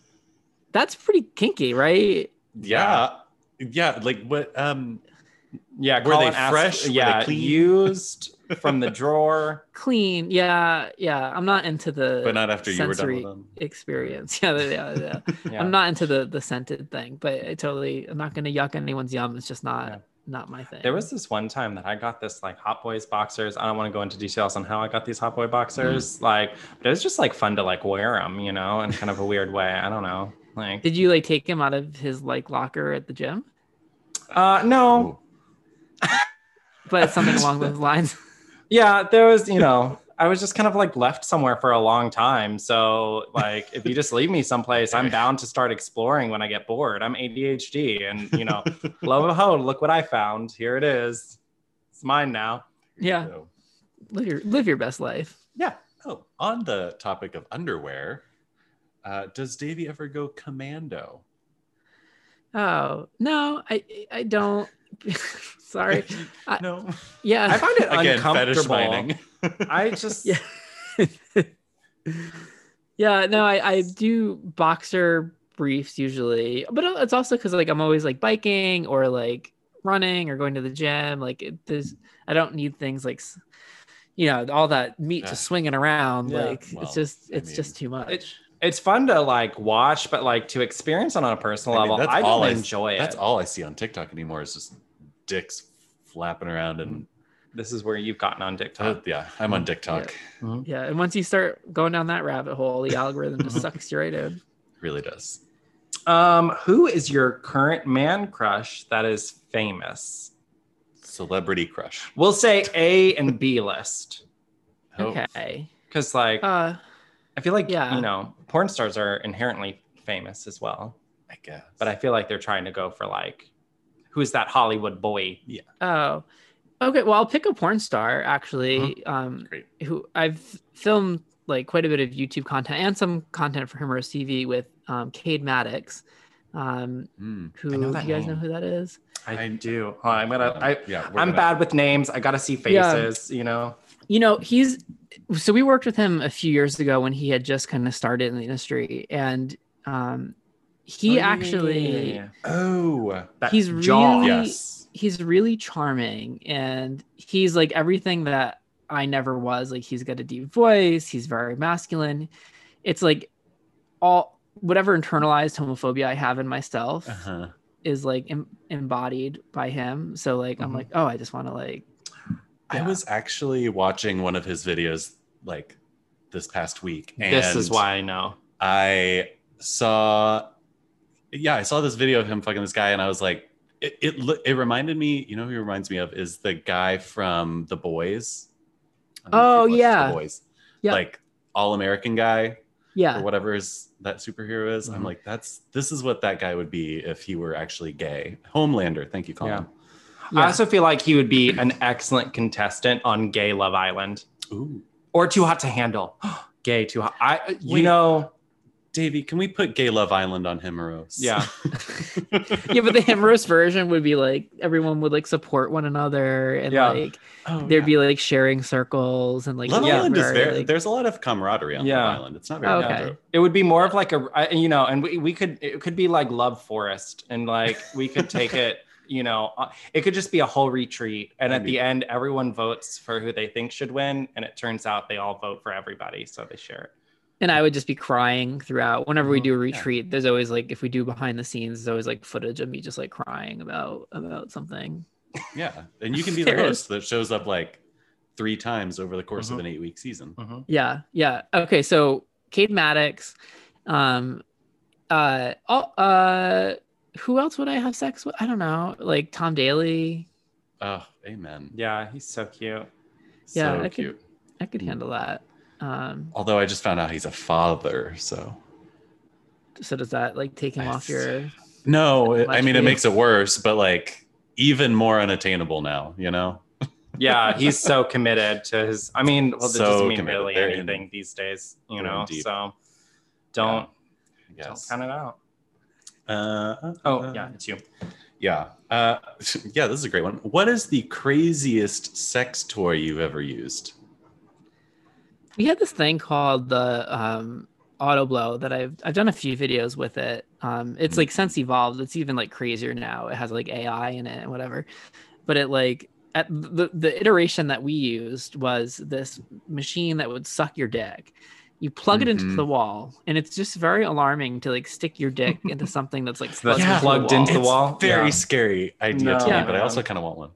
that's pretty kinky right
yeah, yeah. Like what? Um,
yeah.
Were they
Colin asked-
fresh? Were they
Yeah,
clean?
used from the drawer.
clean yeah yeah i'm not into the
but not after you were done
sensory
with them.
experience yeah yeah yeah
Yeah.
I'm not into the the scented thing, but I totally I'm not gonna yuck anyone's yum. It's just not
Yeah.
not my thing.
There was this one time that I got this like Hot Boys boxers. I don't want to go into details on how I got these Hot Boy boxers. Like, but it was just like fun to like wear them, you know, in kind of a weird way. I don't know. Like,
Did you like take him out of his like locker at the gym?
uh, no,
Oh,
But something along those lines.
yeah, there was, you know, I was just kind of like left somewhere for a long time. So, like, if you just leave me someplace, I'm bound to start exploring when I get bored. I'm ADHD, and you know, lo and behold, look what I found. Here it is. It's mine now.
Yeah,
no.
live your live your best life.
Oh, on the topic of underwear, uh, does Davy ever go commando?
Oh no, I I don't. Sorry. I-
no.
Yeah.
I find it
Again, fetish
uncomfortable.
mining.
I just,
Yeah. yeah no i i do boxer briefs usually but it's also because like i'm always like biking or like running or going to the gym like it, there's i don't need things like s- you know all that meat
Yeah.
just swinging around
Yeah.
like
Well,
it's just
I
it's just too much
it's fun to like watch, but like to experience it on a personal
I mean,
level,
that's
I
all
don't
I-
enjoy
That's
it.
all I see on TikTok anymore is just dicks flapping around and
This is where you've gotten on
uh,
TikTok.
yeah, I'm on TikTok.
yeah and once you start going down that rabbit hole the algorithm just sucks you right in
It really does.
Um, who is your current man crush that is famous?
Celebrity crush.
We'll say A and B list
Oh,
okay
because like
uh
I feel like
yeah.
you know porn stars are inherently famous as well,
I guess.
but I feel like they're trying to go for like who's that Hollywood boy?
Oh, okay. Well, I'll pick a porn star actually.
Mm-hmm.
Um,
Great.
who I've filmed like quite a bit of YouTube content and some content for Humorous TV with um, Cade Maddox. Um,
Mm.
who
know
you
that
guys know
name.
who that is?
I,
I-
do. Oh, I'm gonna. I,
Um, yeah, we're
I'm
gonna-
bad with names. I gotta see
Yeah.
faces. You know.
You know, he's so we worked with him a few years ago when he had just kind of started in the industry, and um, he
Oh, yeah, yeah,
actually
yeah, yeah, yeah.
Oh,
That
He's
jaw.
really-
yes.
he's really charming and he's like everything that I never was. Like he's got a deep voice, he's very masculine. It's like all whatever internalized homophobia I have in myself
Uh-huh.
is like em- embodied by him. So like I'm
Mhm.
like, oh, I just want to like
I
Yeah.
was actually watching one of his videos like this past week. And
this is why I know.
I saw, yeah, I saw this video of him fucking this guy, and I was like, it it, lo- it reminded me. You know who he reminds me of is the guy from The Boys. I don't know if
Oh,
you've watched
yeah.
The Boys.
Yeah.
Like all American guy or
Yeah. Mm-hmm.
whatever his that superhero is. I'm
Mhm.
like, that's this is what that guy would be if he were actually gay. Homelander. Thank you, Colin.
I
yeah.
also feel like he would be an excellent contestant on Gay Love Island
Ooh,
or Too Hot to Handle. gay Too Hot. I uh, you
Wait.
know
Davey, can we put Gay Love Island on Himeros?
yeah.
yeah, but the Hemorrhous version would be like everyone would like support one another and
Yeah.
like
oh,
there'd
yeah.
be like sharing circles and like
Love
yeah,
Island is
very,
very,
like-
there's a lot of camaraderie on
Yeah.
Love Island. It's not very
Okay.
cutthroat.
It would be more of like a I- you know, and we, we could it could be like Love Forest and like we could take it. You know, uh, it could just be a whole retreat, and
I
at
mean-
the end, everyone votes for who they think should win, and it turns out they all vote for everybody, so they share it.
and I would just be crying throughout. Whenever we
Mhm.
do a
Mm-hmm. Yeah.
retreat, there's always like if we do behind the scenes, there's always like footage of me just like crying about about something.
Yeah, and you can be the
There is.
host that shows up like three times over the course
Mm-hmm.
of an eight-week season.
Mhm.
Yeah, yeah. Okay, so Cade Maddox, um, uh, oh, uh, who else would I have sex with? I don't know, like Tom Daly.
Oh, amen.
Yeah, he's so cute.
Yeah,
so
I could-
cute.
I
Mm.
could handle that. Um,
Although I just found out he's a father, so
so does that like take him off
I see.
your?
no.
That
I mean, it
must be-
makes it worse, but like even more unattainable now. You know?
Yeah, he's so committed to his. I mean, well, that
So
doesn't mean
committed.
really
They're in-
anything these days, you
they're in
know.
deep.
So don't don't
Yes.
count it out.
Uh,
Oh yeah, it's you.
yeah, uh, yeah. This is a great one. What is the craziest sex toy you've ever used?
We had this thing called the um auto blow that I've I've done a few videos with it. Um, it's like since evolved, it's even like crazier now. It has like AI in it and whatever, but it like at the the iteration that we used was this machine that would suck your dick. You plug it into
Mm-hmm.
Mhm.
the wall, and it's just very alarming to like stick your dick into something that's like
That's
into the
plugged into the
It's
wall?
Very
Yeah.
scary idea
No,
to me,
Yeah.
but I
man.
also kind of want one.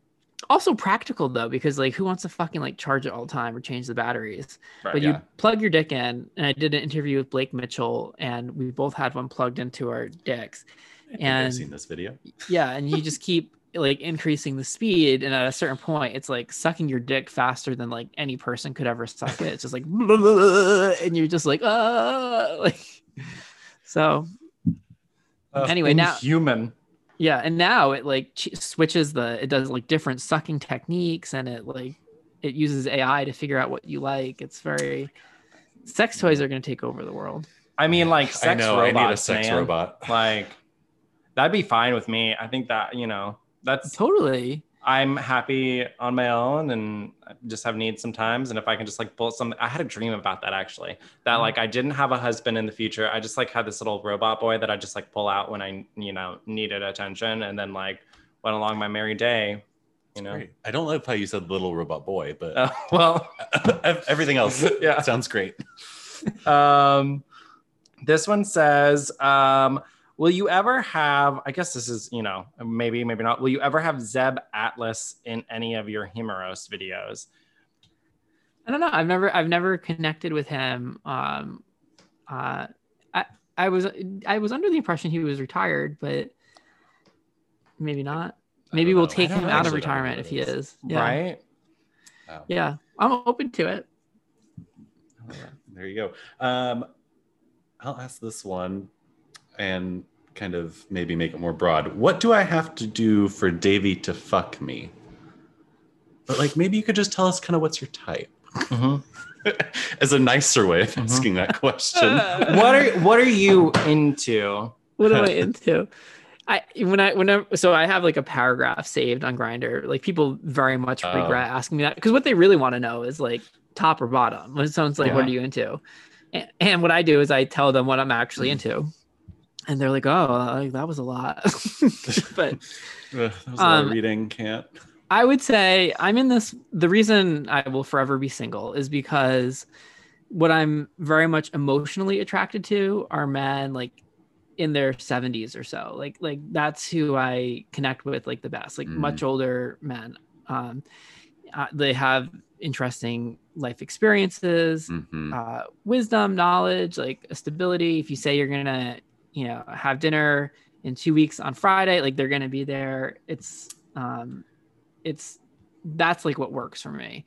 Also practical though, because like who wants to fucking like charge it all the time or change the batteries?
Right,
but
yeah.
you plug your dick in and i did an interview with blake mitchell and we both had one plugged into our dicks
I think I've
and-
seen this video.
yeah and you just keep like increasing the speed and at a certain point it's like sucking your dick faster than like any person could ever suck it it's just like and you're just like uh like so Anyway, now-
human.
yeah and now it like ch- switches the it does like different sucking techniques and it like it uses ai to figure out what you like it's very sex toys are going to take over the world
I mean, like
I
sex
know
robots.
I need a sex
man.
robot.
Like that'd be fine with me. I think that you know that's
totally
I'm happy on my own and I just have needs sometimes. And if I can just like pull some, I had a dream about that actually. That
Mm-hmm.
Mhm.
like I didn't have a husband in the future. I just like had this little robot boy that I just like pull out when I you know needed attention, and then like went along my merry day. You know.
Great. I don't love how you said little robot boy, but
Uh, well,
ev- everything else
Yeah.
sounds great.
um, this one says, um, "Will you ever have? I guess this is you know maybe maybe not. Will you ever have Zeb Atlas in any of your Humoros videos?
I don't know. I've never I've never connected with him. Um uh I I was I was under the impression he was retired, but maybe not.
I
Maybe
don't
we'll
know. I
take
don't
him out of
actually know who
retirement
it
if he is. Yeah.
Right?
Wow.
Yeah. I'm open to it.
There you go. Um, I'll ask this one and kind of maybe make it more broad. What do I have to do for Davy to fuck me? But like maybe you could just tell us kind of what's your type
Mhm.
Mm-hmm. as a nicer way of
Mhm.
asking that question.
what are what are you into?
what am I into? I when I when I so I have like a paragraph saved on Grinder. Like people very much
Oh.
regret asking me that because what they really want to know is like top or bottom. When someone's like, "What are
Yeah.
you into?" And, and what I do is I tell them what I'm actually into, and they're like, "Oh, like, that was a lot." but
Ugh, that was a lot of
Um,
reading can't.
I would say I'm in this. The reason I will forever be single is because what I'm very much emotionally attracted to are men like in their 70s or so. Like like that's who I connect with like the best. Like
Mhm.
much older men. Um, uh, they have interesting life experiences,
Mm-hmm.
Mhm.
uh, wisdom, knowledge, like a stability. If you say you're gonna, you know, have dinner in two weeks on Friday, like they're gonna be there. It's, um, it's that's like what works for me.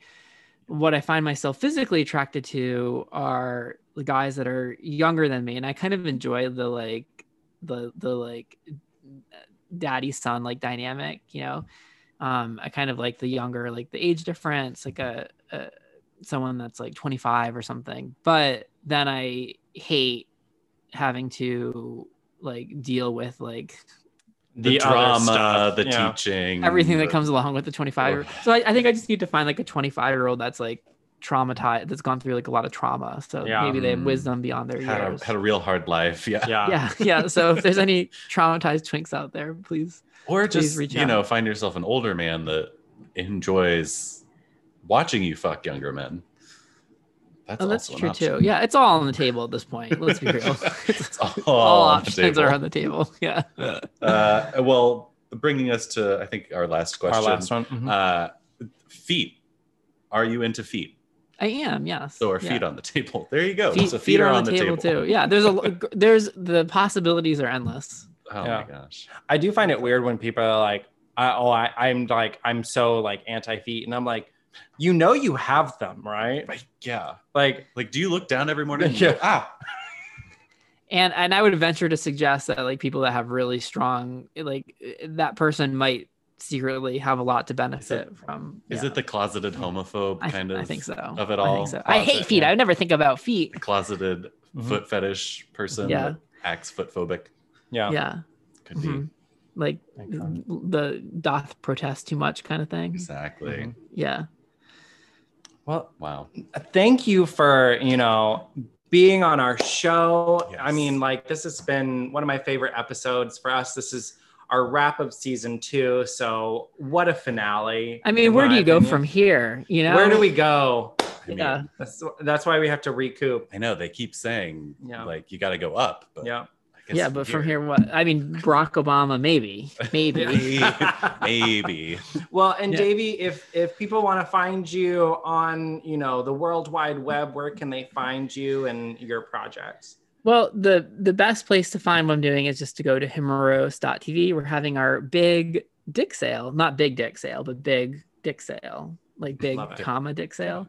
What I find myself physically attracted to are the guys that are younger than me, and I kind of enjoy the like, the the like, daddy son like dynamic. You know, um, I kind of like the younger, like the age difference, like a, a someone that's like 25 or something. But then I hate having to like deal with like
the,
other
drama,
stuff,
the
yeah.
teaching,
everything that
the-
comes along with the 25. So I, I think I just need to find like a 25 year old that's like traumatized, that's gone through like a lot of trauma. So
Yeah.
maybe they have
Mm.
wisdom beyond their
Had
years.
a, had a real hard life. Yeah.
Yeah.
yeah, yeah. So if there's any traumatized twinks out there, please.
Or
Please
just,
reach
you
out.
know, find yourself an older man that enjoys watching you fuck younger men. That's,
oh, that's
also an
true
option.
too. Yeah, it's all on the table at this point. Let's be real.
It's all
all
on the
options are
table.
on the table. Yeah.
Uh, well, bringing us to, I think, our last question.
Our last one. Mhm.
Uh, feet. Are you into feet?
I am, yes.
So are
yeah.
feet on the table. There you go.
Feet,
so
feet are on the, table, too. Yeah, there's a there's the possibilities are endless.
Oh
Yeah.
my gosh.
I do find it weird when people are like, I, "Oh, I, I'm like, I'm so like anti feet," and I'm like, "You know, you have them, right?
But yeah.
Like,
Like, do you look down every morning? and
Yeah.
go, ah.
And and I would venture to suggest that like people that have really strong like that person might secretly have a lot to benefit from.
Is
yeah.
it the closeted homophobe
I,
kind of?
I think so.
of it
I
all?
think so. I hate
Closet,
feet.
yeah.
I would never think about feet.
The closeted
Mhm.
foot fetish person
Yeah.
that acts foot phobic
yeah,
Yeah.
could be
Mm-hmm.
Mhm. Like the doth protest too much kind of thing.
exactly.
Mhm.
Yeah.
Well,
Wow.
thank you for you know being on our show
Yes.
i mean like this has been one of my favorite episodes for us this is our wrap of season two so what a finale
I mean,
in
where
my
do you go
opinion.
from here? You know,
where do we go
I mean,
Yeah.
that's that's why we have to recoup
I know they keep saying
Yeah.
like you got to go up, but
yeah
I guess
yeah, but from here, what? I mean, Barack Obama, maybe, maybe.
maybe
well and
Yeah.
davey if if people want to find you on you know the world wide web where can they find you and your projects
well, the the best place to find what I'm doing is just to go to himeros.tv. We're having our big dick sale, not big dick sale, but big dick sale, like big
Love it.
comma dick sale.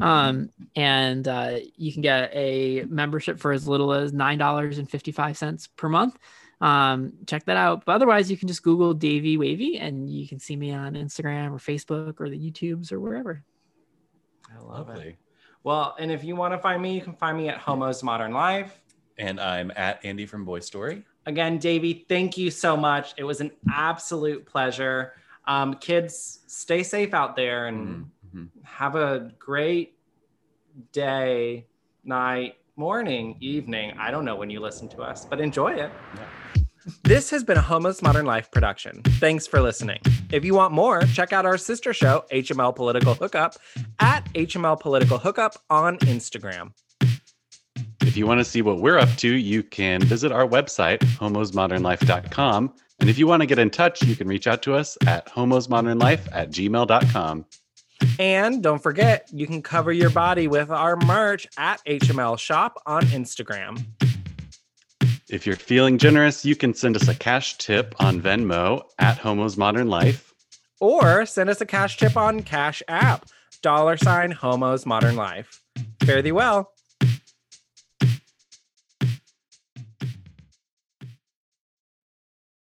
Um, and uh, you can get a membership for as little as nine dollars and fifty five cents per month. Um, check that out. But otherwise, you can just Google Davey Wavy, and you can see me on Instagram or Facebook or the YouTubes or wherever.
i
lovely.
well and if you want to find me you can find me at homos modern life
And I'm at Andy from Boy Story.
Again, Davey, thank you so much. It was an absolute pleasure. Um, kids, stay safe out there and
Mhm.
have a great day, night, morning, evening. I don't know when you listen to us, but enjoy it.
Yeah.
This has been a Homo's Modern Life production. Thanks for listening. If you want more, check out our sister show, HML Political Hookup, at HML Political Hookup on Instagram.
If you want to see what we're up to, you can visit our website, homosmodernlife.com. And if you want to get in touch, you can reach out to us at homosmodernlife at gmail.com.
And don't forget, you can cover your body with our merch at HML Shop on Instagram.
If you're feeling generous, you can send us a cash tip on Venmo at homosmodernlife.
Or send us a cash tip on Cash App, dollar sign Homos Modern Life. Fare thee well.